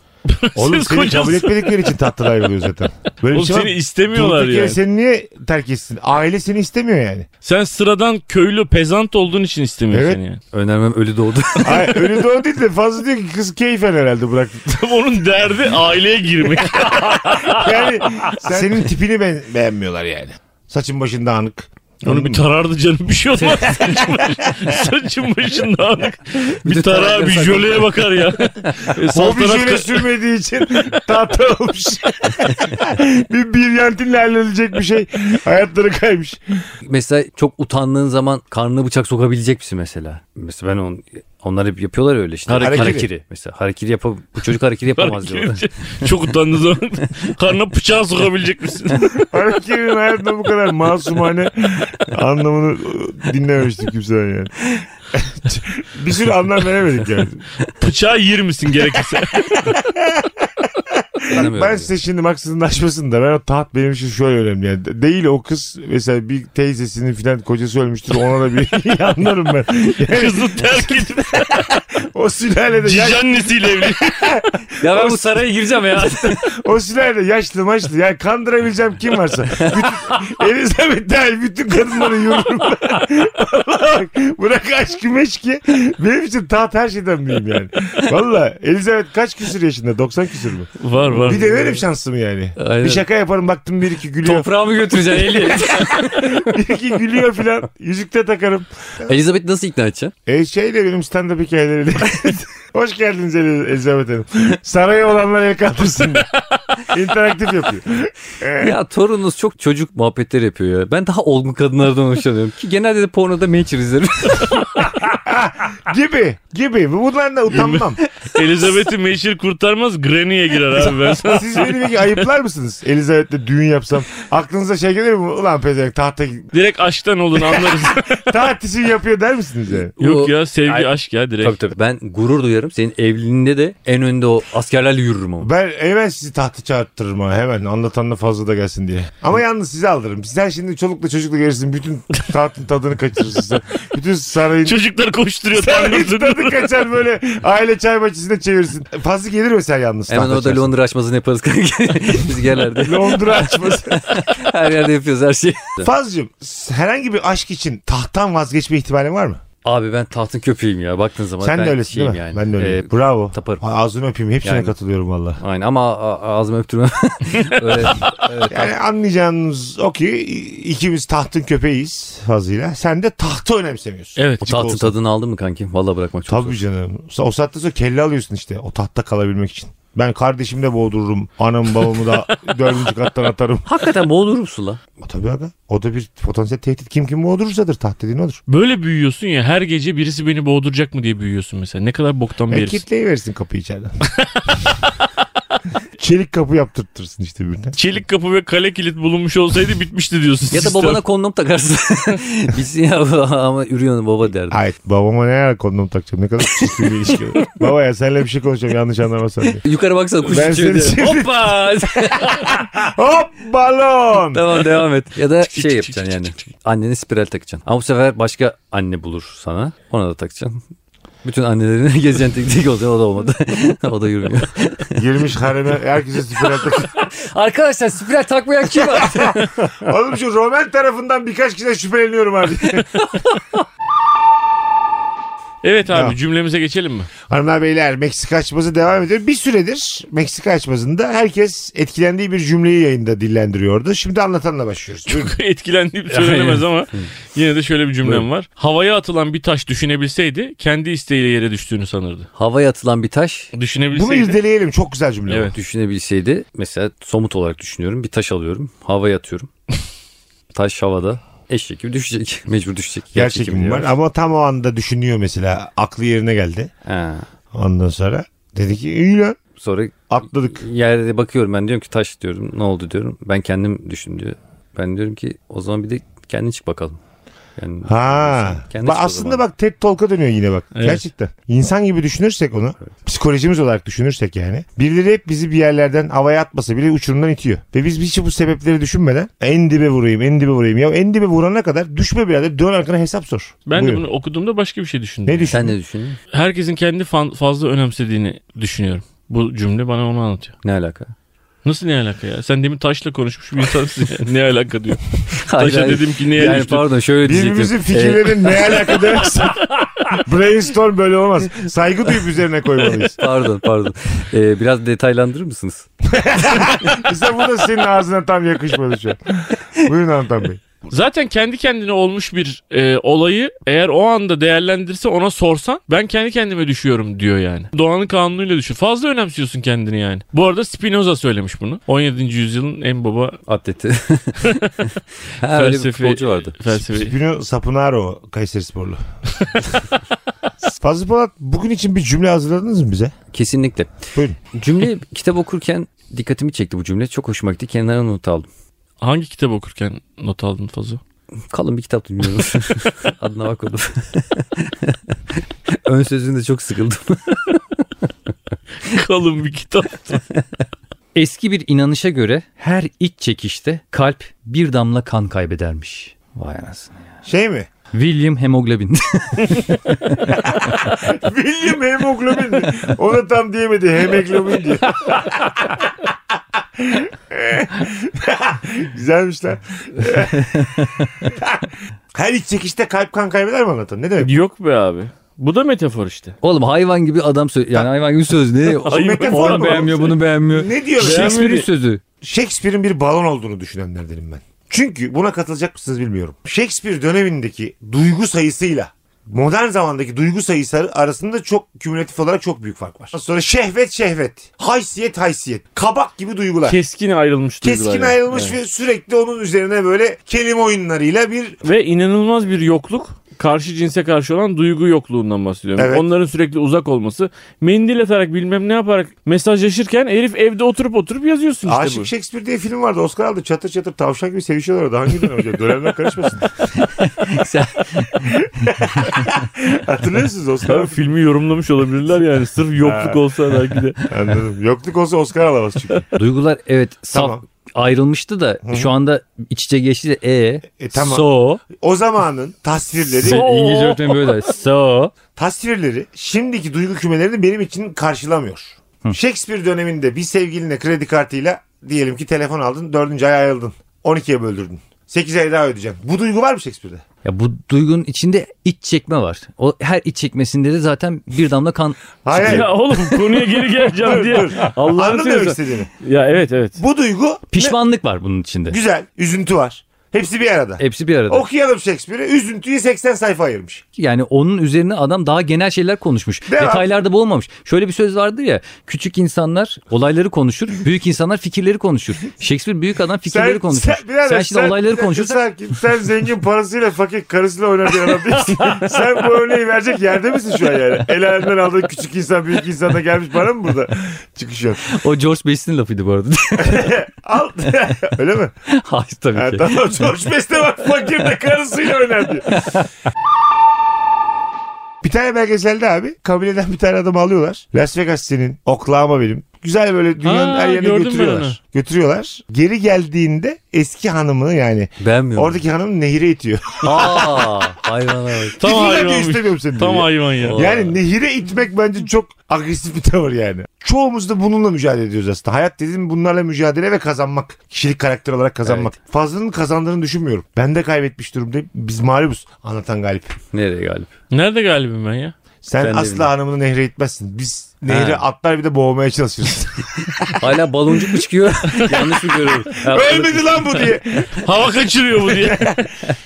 S1: oğlum
S2: Siz
S1: seni
S2: kocasın.
S1: kabul etmedikleri için tahttan ayrılıyor zaten. Böyle bir
S2: Oğlum
S1: şey
S2: seni
S1: var.
S2: istemiyorlar
S1: Durduk yere
S2: yani.
S1: Seni niye terk etsin? Aile seni istemiyor yani.
S2: Sen sıradan köylü pezant olduğun için istemiyor
S1: Evet.
S2: seni yani.
S3: Önermem ölü doğdu.
S1: Ay, öyle de o değil de fazla diyor ki kız keyfen herhalde bırak.
S2: Tabii <laughs> onun derdi aileye girmek.
S1: Yani sen- senin tipini ben beğenmiyorlar yani. Saçın başın dağınık.
S2: Onu bir tarardı canım bir şey olmaz. <laughs> Saçın başı- Saçın başında ağırlık. Bir,
S3: de
S2: tarar
S3: tarar
S2: bir
S3: yasak.
S2: jöleye bakar ya. E,
S1: Hobi
S2: Saltanat
S1: jöle
S2: ka-
S1: sürmediği için <laughs> tahta olmuş. <laughs> bir biryantinle halledilecek bir şey. Hayatları kaymış.
S3: mesela çok utandığın zaman karnına bıçak sokabilecek misin mesela? Mesela ben on, onlar hep yapıyorlar öyle işte.
S1: Harakiri.
S3: Mesela harakiri yapam bu çocuk harakiri yapamaz diyorlar.
S2: Girince <laughs> Çok utandığı zaman <laughs> karnına bıçağı sokabilecek <laughs> misin?
S1: Hareket'in hayatında bu kadar masumane anlamını dinlememiştik kimseden yani. <laughs> bir sürü anlam veremedik yani.
S2: Bıçağı yer misin gerekirse?
S1: Bak, ben size şimdi haksızlaşmasın da ben o taht benim için şöyle önemli yani. De- Değil o kız mesela bir teyzesinin filan kocası ölmüştür ona da bir <laughs> anlarım ben. Yani
S2: <laughs> Kızı terk edip
S1: o sülalede
S2: <laughs> cici
S1: yaş,
S2: annesiyle evli.
S3: Ya
S1: <laughs>
S3: ben bu saraya gireceğim ya.
S1: o sülalede yaşlı maçlı yani kandırabileceğim kim varsa. Bütün, Elizabeth dahil bütün kadınları yorurum. <laughs> Vallahi bak, bırak aşkı meşki benim için taht her şeyden mühim yani. Valla Elizabeth kaç küsür yaşında 90 küsür mü?
S2: Var var.
S1: Bir de verim şansım yani.
S3: Aynen.
S1: Bir şaka yaparım baktım bir iki gülüyor.
S3: Toprağımı götüreceksin Eli.
S1: Bir iki gülüyor filan. Yüzükte takarım.
S3: <laughs> Elizabeth nasıl ikna edeceksin?
S1: E şeyle benim stand-up hikayeleriyle. <laughs> Hoş geldiniz El- Elizabeth Hanım. Saraya olanlar el kaldırsın. İnteraktif yapıyor.
S3: ya torununuz çok çocuk muhabbetleri yapıyor ya. Ben daha olgun kadınlardan hoşlanıyorum. Ki genelde de pornoda Mature izlerim. <laughs>
S1: Gibi. Gibi. Bunlardan da utanmam.
S2: Elizabeth'i meşhur kurtarmaz Granny'e girer abi ben sana. <laughs>
S1: Siz beni peki ayıplar mısınız? Elizabeth'le düğün yapsam. Aklınıza şey gelir mi? Ulan pezevenk tahta
S2: Direkt aşktan olun <laughs> anlarız.
S1: tahtisi yapıyor der misiniz yani?
S2: Yok ya sevgi
S3: Ay-
S2: aşk ya direkt.
S3: Ben gurur duyarım. Senin evliliğinde de en önde o askerlerle yürürüm ama.
S1: Ben hemen sizi tahta çağırttırırım ha hemen anlatanla fazla da gelsin diye. Ama yalnız sizi alırım. Sen şimdi çolukla çocukla gelirsin bütün tahtın tadını kaçırırsın sen. Bütün sarayın
S2: Çocuklar koşturuyor
S1: Sarayın
S2: tanrı
S1: <laughs> tadı kaçar böyle aile çay bahçesine çevirsin. Fazla gelir mi sen yalnız?
S3: Hemen
S1: tahta
S3: orada
S1: çağırsın?
S3: Londra açmasını yaparız kanka.
S1: <laughs>
S3: Biz gelerde.
S1: Londra açması.
S3: Her yerde yapıyoruz her şeyi.
S1: Fazcığım herhangi bir aşk için tahttan vazgeçme ihtimalin var mı?
S3: Abi ben tahtın köpeğim ya. Baktığın zaman
S1: sen
S3: ben
S1: de öylesin değil
S3: şeyim
S1: mi?
S3: yani.
S1: Ben de öyleyim.
S3: Ee,
S1: Bravo.
S3: taparım.
S1: Ay, Ağzını öpeyim. Hepsine
S3: Yani.
S1: katılıyorum valla.
S3: Aynen ama a- a- ağzımı öptürmem. Öyle, evet.
S1: Yani anlayacağınız o ki ikimiz tahtın köpeğiyiz fazıyla. Sen de tahtı önemsemiyorsun.
S2: Evet.
S3: <laughs> O
S1: Çık
S3: tahtın
S1: olsun.
S3: tadını aldın mı kanki? Valla bırakmak çok
S1: Tabii canım. O saatte sonra kelle alıyorsun işte. O tahtta kalabilmek için. Ben kardeşimi de boğdururum. Anamı babamı
S3: <laughs>
S1: da dördüncü kattan atarım.
S3: Hakikaten boğulurum sula.
S1: O tabii abi. O da bir potansiyel tehdit. Kim kim boğdurursadır taht dediğin odur.
S2: Böyle büyüyorsun ya her gece birisi beni boğduracak mı diye büyüyorsun mesela. Ne kadar boktan bir
S1: E,
S2: herif.
S1: kitleyi verirsin kapıyı
S3: <laughs>
S1: içeriden. Çelik kapı yaptırtırsın işte birine.
S2: Çelik kapı ve kale kilit bulunmuş olsaydı bitmişti diyorsun.
S3: Ya da
S2: sistem.
S3: babana
S2: <laughs>
S3: kondom takarsın. Biz ya ama ürüyorsun baba derdim.
S1: Hayır babama ne ara kondom takacağım ne kadar çirkin bir ilişki. Baba ya seninle bir şey konuşacağım yanlış anlamasan diye.
S3: Yukarı baksana kuş
S1: Ben
S3: uçuyor
S1: seni
S3: diye.
S1: şimdi-
S3: Hoppa. <laughs>
S1: Hop balon.
S3: tamam devam et. Ya da
S2: çık,
S3: şey yapacaksın
S2: çık,
S3: yani. Annene spiral takacaksın. Ama bu sefer başka anne bulur sana. Ona da takacaksın. Bütün annelerini <laughs> gezeceksin tek tek olacaksın. O da olmadı. <laughs> o da yürümüyor.
S1: Girmiş hareme herkese spiral takıyor.
S3: Arkadaşlar spiral takmayan kim var? <laughs>
S1: Oğlum şu Roman tarafından birkaç kişiden şüpheleniyorum abi.
S2: Evet abi
S1: Ya.
S2: cümlemize geçelim mi?
S1: Hanımlar beyler Meksika açması devam ediyor. Bir süredir Meksika açmasında herkes etkilendiği bir cümleyi yayında dillendiriyordu. Şimdi anlatanla başlıyoruz. Buyurun.
S2: <laughs> Etkilendiğim söylenemez şey ama yine de şöyle bir cümlem var. Havaya atılan bir taş düşünebilseydi kendi isteğiyle yere düştüğünü sanırdı.
S3: Havaya atılan bir taş
S1: Bunu
S2: Düşünebilseydi.
S1: irdeleyelim. Çok güzel cümle.
S2: Evet.
S1: Evet.
S3: düşünebilseydi mesela somut olarak düşünüyorum. Bir taş alıyorum. Havaya atıyorum.
S2: <laughs>
S3: taş havada. Eşek gibi düşecek. <laughs> Mecbur düşecek.
S1: Gerçekim var ama tam o anda düşünüyor mesela. Aklı yerine geldi.
S3: Ha.
S1: Ondan sonra dedi ki iyi lan
S3: Sonra
S1: atladık.
S3: yerde bakıyorum ben diyorum ki taş diyorum. Ne oldu diyorum. Ben kendim düştüm diyor. Ben diyorum ki o zaman bir de kendin çık bakalım. Yani
S1: Ha.
S3: Kendi
S1: Bak
S3: çık o
S1: aslında
S3: zaman.
S1: bak Ted Tolka dönüyor yine bak.
S2: Evet.
S1: Gerçekten. İnsan gibi düşünürsek onu, psikolojimiz olarak düşünürsek yani. Birileri hep bizi bir yerlerden havaya atmasa bile uçurumdan itiyor. Ve biz hiç bu sebepleri düşünmeden en dibe vurayım, en dibe vurayım. Ya en dibe vurana kadar düşme birader dön arkana hesap sor.
S2: Ben de
S1: Buyurun.
S2: bunu okuduğumda başka bir şey düşündüm.
S1: ne düşün?
S3: sen ne düşünüyorsun?
S2: Herkesin kendi fan- fazla önemsediğini düşünüyorum. Bu cümle bana onu anlatıyor.
S3: Ne alaka?
S2: Nasıl ne alaka ya? Sen demin taşla konuşmuş bir insansın ya. Ne alaka diyor.
S3: Hayır,
S2: Taşa
S3: hayır.
S2: dedim ki niye
S3: Yani
S2: düştün?
S3: pardon şöyle diyecektim.
S1: Birbirimizin
S3: Ee,
S1: fikirlerinin ne alaka demekse brainstorm böyle olmaz. Saygı duyup üzerine koymalıyız.
S3: <laughs> pardon pardon. Ee, biraz detaylandırır mısınız?
S1: Mesela bu da senin ağzına tam yakışmadı şu an. Buyurun Antan Bey.
S2: Zaten kendi kendine olmuş bir e, olayı eğer o anda değerlendirse ona sorsan ben kendi kendime düşüyorum diyor yani. Doğanın kanunuyla düşün. Fazla önemsiyorsun kendini yani. Bu arada Spinoza söylemiş bunu. 17. yüzyılın en baba
S3: Atleti. <laughs> ha, öyle bir
S2: Felsefi-
S3: futbolcu vardı.
S2: felsefe.
S1: Spino Sapınaro Kayseri Sporlu. Fazıl Polat bugün için bir cümle hazırladınız mı bize?
S3: Kesinlikle.
S1: Buyurun.
S3: Cümle kitap okurken dikkatimi çekti bu cümle. Çok hoşuma gitti. Kenara not aldım.
S2: Hangi kitap okurken not aldın <laughs> fazla?
S3: Kalın bir kitap bilmiyorum. <laughs> Adına bakmadım. Ön sözünde çok sıkıldım.
S2: Kalın bir kitap.
S3: Eski bir inanışa göre her iç çekişte kalp bir damla kan kaybedermiş. Vay anasını.
S1: Şey mi?
S3: William hemoglobin. <laughs>
S1: William hemoglobin. Ona tam diyemedi. Hemoglobin <laughs> diyor. Güzelmiş lan. Her iç çekişte kalp kan kaybeder mi anlatan? Ne demek?
S2: Yok be abi. Bu da metafor işte.
S3: Oğlum hayvan gibi adam söz. Yani hayvan gibi söz
S1: <laughs>
S3: ne?
S1: Ay, metafor
S3: Onu
S1: mu?
S3: beğenmiyor bunu beğenmiyor.
S1: Ne diyor?
S2: Şey-
S3: Shakespeare'in
S2: Beğenmedi.
S3: sözü.
S1: Shakespeare'in bir balon olduğunu düşünenlerdenim ben. Çünkü buna katılacak mısınız bilmiyorum. Shakespeare dönemindeki duygu sayısıyla modern zamandaki duygu sayısı arasında çok kümülatif olarak çok büyük fark var. Sonra şehvet şehvet, haysiyet haysiyet, kabak gibi duygular.
S2: Keskin ayrılmış
S1: Keskin
S2: duygular yani.
S1: ayrılmış
S2: Evet.
S1: ve sürekli onun üzerine böyle kelime oyunlarıyla bir
S2: Ve inanılmaz bir yokluk karşı cinse karşı olan duygu yokluğundan bahsediyorum.
S1: Evet.
S2: Onların sürekli uzak olması. Mendil atarak bilmem ne yaparak mesajlaşırken herif evde oturup oturup yazıyorsun işte
S1: Aşık
S2: bu.
S1: Shakespeare diye film vardı. Oscar aldı. Çatır çatır tavşan gibi sevişiyorlar orada. Hangi dönem hocam? Dönemler
S2: <laughs>
S1: karışmasın.
S3: Sen-
S1: <laughs> Hatırlıyor musunuz
S2: Tabii
S1: Oscar?
S2: filmi yorumlamış
S1: <laughs>
S2: olabilirler yani sırf yokluk olsa belki de.
S1: Anladım. Yokluk olsa Oscar alamaz çünkü.
S3: Duygular evet saf
S1: Tamam.
S3: ayrılmıştı da şu anda iç içe geçti de e,
S1: E, tamam.
S3: so
S1: O zamanın tasvirleri
S3: Se- İngilizce öğretmeni böyle so
S1: tasvirleri şimdiki duygu kümelerini benim için karşılamıyor. Shakespeare döneminde bir sevgiline kredi kartıyla diyelim ki telefon aldın. Dördüncü ay ayrıldın. 12'ye böldürdün. 8 ay daha ödeyeceksin. Bu duygu var mı Shakespeare'de?
S3: ya bu duygunun içinde iç çekme var. O her iç çekmesinde de zaten bir
S1: <laughs>
S3: damla kan
S1: Hayır. hayır.
S2: Ya oğlum konuya geri geleceğim
S1: Dur,
S2: diye.
S1: dur.
S2: Allah'ını
S1: Anladın mı demek
S2: seversen.
S1: istediğini?
S2: Ya evet evet.
S1: Bu duygu
S3: pişmanlık var bunun içinde.
S1: Güzel. Oh. Üzüntü var. Hepsi bir arada.
S3: Hepsi bir arada.
S1: Okuyalım Shakespeare'i. Üzüntüyü 80 sayfa ayırmış.
S3: Yani onun üzerine adam daha genel şeyler konuşmuş.
S1: Devam.
S3: Detaylarda boğulmamış. Şöyle bir söz vardır ya. Küçük insanlar
S1: <laughs>
S3: olayları konuşur. Büyük insanlar fikirleri konuşur. Shakespeare büyük adam fikirleri konuşur. Sen,
S1: birader,
S3: şimdi
S1: bir
S3: olayları
S1: dakika,
S3: konuşursan
S1: Sakin. Sen zengin parasıyla fakir karısıyla oynar bir adam
S3: <laughs>
S1: değilsin. sen bu örneği verecek yerde misin şu an yani? El alemden aldığın küçük insan büyük insan da gelmiş bana mı burada? Çıkış yok. <laughs>
S3: o George Best'in lafıydı bu arada. <laughs>
S1: Al. <laughs> Öyle mi?
S3: Hayır tabii
S1: Ha,
S3: ki.
S1: tamam George Best'e bak fakir de karısıyla oynar diyor. Bir tane belgeselde abi kabileden bir tane adamı alıyorlar. Las Vegas senin, Oklahoma benim. Güzel böyle dünyanın
S2: Ha,
S1: her yerine
S2: gördüm ben onu.
S1: götürüyorlar. Götürüyorlar. Geri geldiğinde eski hanımını yani
S3: Beğenmiyorum.
S1: oradaki hanım nehire itiyor.
S3: <laughs> Aa, hayvana bak.
S1: <laughs>
S2: Tam
S1: Diziler diyor,
S2: hayvanmış.
S1: istemiyorum seni
S2: Tam
S1: diyor.
S2: hayvan ya.
S1: Yani nehire itmek bence çok agresif bir tavır yani. Çoğumuz da bununla mücadele ediyoruz aslında. Hayat dediğim bunlarla mücadele ve kazanmak. Kişilik karakter olarak kazanmak. Fazlının kazandığını düşünmüyorum. Ben de kaybetmiş durumdayım. Biz mağlubuz. Anlatan galip.
S3: Nereye galip?
S2: Nerede galibim ben ya?
S1: Sen
S3: Ben de
S1: asla
S3: bilmiyorum.
S1: hanımını nehre itmezsin. Biz nehre
S3: Ha.
S1: atlar bir de boğmaya
S3: <laughs>
S1: çalışırız.
S3: Hala baloncuk mu çıkıyor? <laughs> Yanlış mı görüyorum? Ha,
S1: Ölmedi lan bu
S3: <laughs>
S1: diye.
S2: Hava kaçırıyor bu
S1: <laughs>
S2: diye.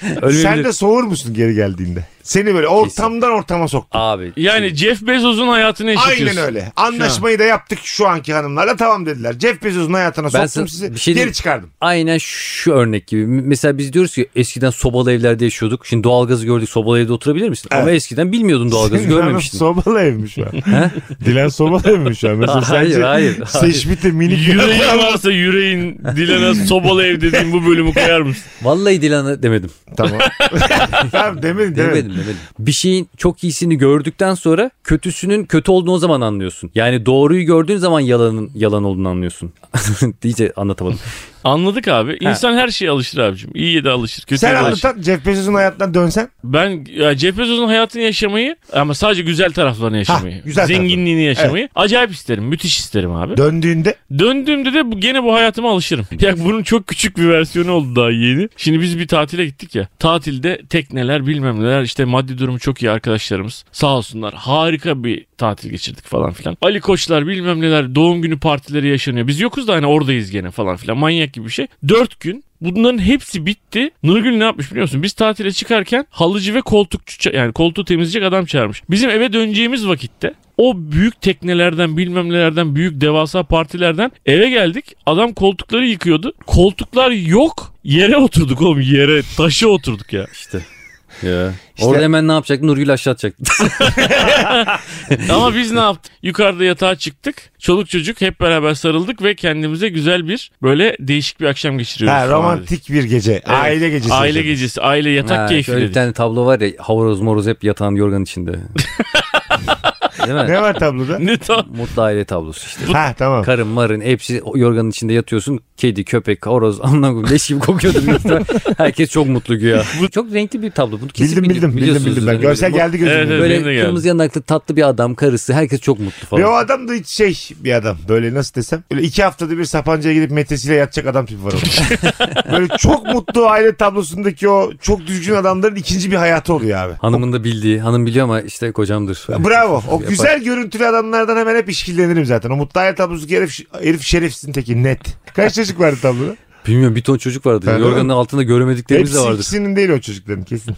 S3: ölmeyebilir.
S1: Sen de soğur musun geri geldiğinde? Seni böyle ortamdan ortama sok.
S3: Abi.
S2: Yani Jeff Bezos'un hayatını yaşatıyorsun.
S1: Aynen öyle. Anlaşmayı da yaptık şu anki hanımlarla tamam dediler. Jeff Bezos'un hayatına
S3: Ben
S1: soktum
S3: sana-
S1: sizi.
S3: bir şey
S1: geri
S3: diyeyim.
S1: çıkardım.
S3: Aynen şu örnek gibi. Mesela biz diyoruz ki eskiden sobalı evlerde yaşıyorduk. Şimdi doğalgazı gördük. Sobalı evde oturabilir misin? Ama eskiden bilmiyordun
S1: <laughs>
S3: doğalgazı.
S1: Senin
S3: Görmemiştin.
S1: hanım Sobalı evmiş şu an. <laughs> Dilen sobalı evmiş şu an. Mesela
S3: <laughs> Hayır,
S1: sence
S3: hayır, hayır.
S1: Seçmit'te minik
S2: Yüreğin varsa yüreğin Dilan'a sobalı ev dediğin bu bölümü koyar mısın?
S3: Vallahi Dilan'a demedim.
S1: <laughs>
S3: <laughs>
S1: tamam. tamam demedin demedin.
S3: Demedim demedim. Bir şeyin çok iyisini gördükten sonra kötüsünün kötü olduğunu o zaman anlıyorsun. Yani doğruyu gördüğün zaman yalanın yalan olduğunu anlıyorsun. <laughs> İyice anlatamadım.
S2: Anladık abi. İnsan her şeye alışır abicim. İyiye de alışır. Kötüye
S1: Sen
S2: de alışır.
S1: anlatan Jeff Bezos'un hayatından dönsen.
S2: Ben ya Jeff Bezos'un hayatını yaşamayı ama sadece güzel taraflarını yaşamayı.
S1: güzel
S2: zenginliğini yaşamayı. Acayip isterim. Müthiş isterim abi.
S1: Döndüğünde
S2: Döndüğümde de bu, gene bu hayatıma alışırım. <laughs> Ya bunun çok küçük bir versiyonu oldu daha yeni. Şimdi biz bir tatile gittik ya. Tatilde tekneler bilmem neler işte maddi durumu çok iyi arkadaşlarımız. Sağ olsunlar harika bir tatil geçirdik falan filan. Ali Koçlar bilmem neler doğum günü partileri yaşanıyor. Biz yokuz da hani oradayız gene falan filan manyak gibi bir şey. Dört gün Bunların hepsi bitti. Nurgül ne yapmış biliyor musun? Biz tatile çıkarken halıcı ve koltukçu ça- yani koltuğu temizleyecek adam çağırmış. Bizim eve döneceğimiz vakitte o büyük teknelerden bilmem nelerden büyük devasa partilerden eve geldik. Adam koltukları yıkıyordu. Koltuklar yok. Yere oturduk oğlum yere taşa
S1: <laughs>
S2: oturduk ya.
S3: İşte. Ya. Orada hemen ne yapacak? Nurgül aşağı atacak.
S2: Ama biz ne yaptık? Yukarıda yatağa çıktık. Çoluk çocuk hep beraber sarıldık ve kendimize güzel bir böyle değişik bir akşam geçiriyoruz.
S1: ha,
S2: falan dedik.
S1: romantik bir gece. Aile gecesi.
S2: Aile
S1: yaşadım.
S2: gecesi, aile yatak
S3: Ha,
S2: keyfi
S3: şöyle
S2: dedik.
S3: bir tane tablo var ya. Havroz moroz hep yatan yorgan içinde. Değil mi?
S1: Ne var
S3: <laughs>
S1: tabloda?
S2: ne tam?
S3: Mutlu aile tablosu işte.
S1: ha tamam.
S3: Karın marın hepsi o yorganın içinde yatıyorsun. Kedi, köpek, horoz <laughs> amına koyayım leş gibi kokuyordur. büyük ihtimal. Herkes çok
S2: <laughs>
S3: mutlu güya. Çok renkli bir tablo. Bunu kesin
S1: Bildim
S3: bili-
S1: bildim bildim
S3: biliyorsunuz
S1: bildim ben.
S3: yani.
S1: Görsel
S3: Böyle-
S1: geldi gözüme.
S2: Evet, evet. benim de
S3: Böyle
S2: geldi.
S3: kırmızı yanaklı tatlı bir adam, karısı. Herkes çok mutlu falan.
S1: Ve o adam da hiç şey bir adam. Böyle nasıl desem. Böyle iki haftada bir Sapanca'ya gidip metesiyle yatacak adam tipi var.
S3: <laughs>
S1: onun. böyle çok mutlu aile tablosundaki o çok düzgün adamların ikinci bir hayatı oluyor abi.
S3: Hanımın da bildiği. Hanım biliyor ama işte kocamdır.
S1: Bravo. O güzel görüntülü adamlardan hemen hep işkillenirim zaten. O mutlu aile tablosundaki herif, herif şerefsin teki net. Kaç çocuk vardı tabloda?
S3: Bilmiyorum bir ton çocuk vardı.
S1: Tabii.
S3: Yorganın altında göremediklerimiz de
S1: Hepsi
S3: vardır.
S1: ikisinin değil o çocukların kesin.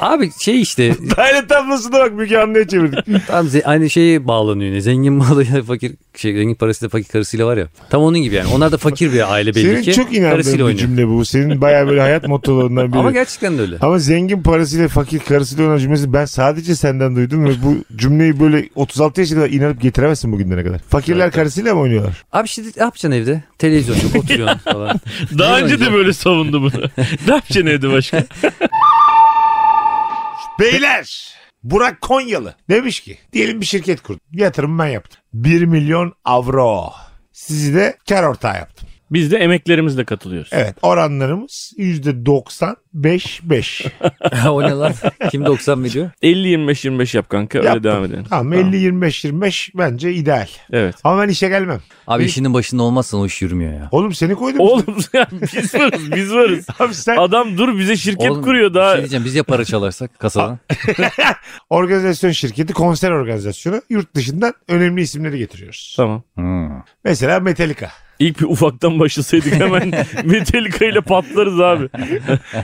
S3: Abi şey <laughs> işte
S1: aile tablosuna bak Müge Anlı'ya çevirdik.
S3: Tam ze- aynı şeye bağlanıyor yine. Zengin malıyla fakir şey zengin parasıyla fakir karısıyla var ya. Tam onun gibi yani. Onlar da fakir bir aile belli
S1: Senin
S3: ki.
S1: çok inandığın bir
S3: oynuyor.
S1: cümle bu. Senin bayağı böyle hayat motolarından biri.
S3: Ama gerçekten de öyle.
S1: Ama zengin parasıyla fakir karısıyla olan cümlesi ben sadece senden duydum ve <laughs> bu cümleyi böyle 36 yaşına kadar inanıp getiremezsin bugünlere kadar. Fakirler karısıyla mı oynuyorlar?
S3: Abi şimdi ne yapacaksın evde? Televizyon
S2: <laughs>
S3: yok oturuyorsun falan.
S2: Daha
S3: Ne
S2: önce de
S3: oynayacağım?
S2: böyle savundu <laughs> bunu. ne yapacaksın evde başka?
S1: Beyler! Burak Konyalı demiş ki diyelim bir şirket kurdum. Yatırımı ben yaptım. 1 milyon avro. Sizi de kar ortağı yaptım.
S2: Biz de emeklerimizle katılıyoruz.
S1: Evet oranlarımız %95-5.
S3: <laughs> o ne lan? Kim 90 veriyor?
S2: 50-25-25 yap kanka öyle
S1: Yaptım.
S2: devam edelim.
S1: Tamam 50-25-25 bence ideal.
S2: Evet.
S1: Ama ben işe gelmem.
S3: Abi işinin başında olmazsan o iş yürümüyor ya.
S1: Oğlum seni koydum.
S2: Oğlum <laughs> ya biz varız biz varız.
S1: Abi sen
S2: Adam dur bize şirket
S3: Oğlum,
S2: kuruyor
S3: bir
S2: daha.
S3: Şey diyeceğim biz ya para çalarsak kasadan.
S1: organizasyon şirketi konser organizasyonu yurt dışından önemli isimleri getiriyoruz.
S2: Tamam.
S3: Hmm.
S1: Mesela Metallica.
S2: İlk bir ufaktan başlasaydık hemen
S1: <laughs>
S2: Metallica ile patlarız abi.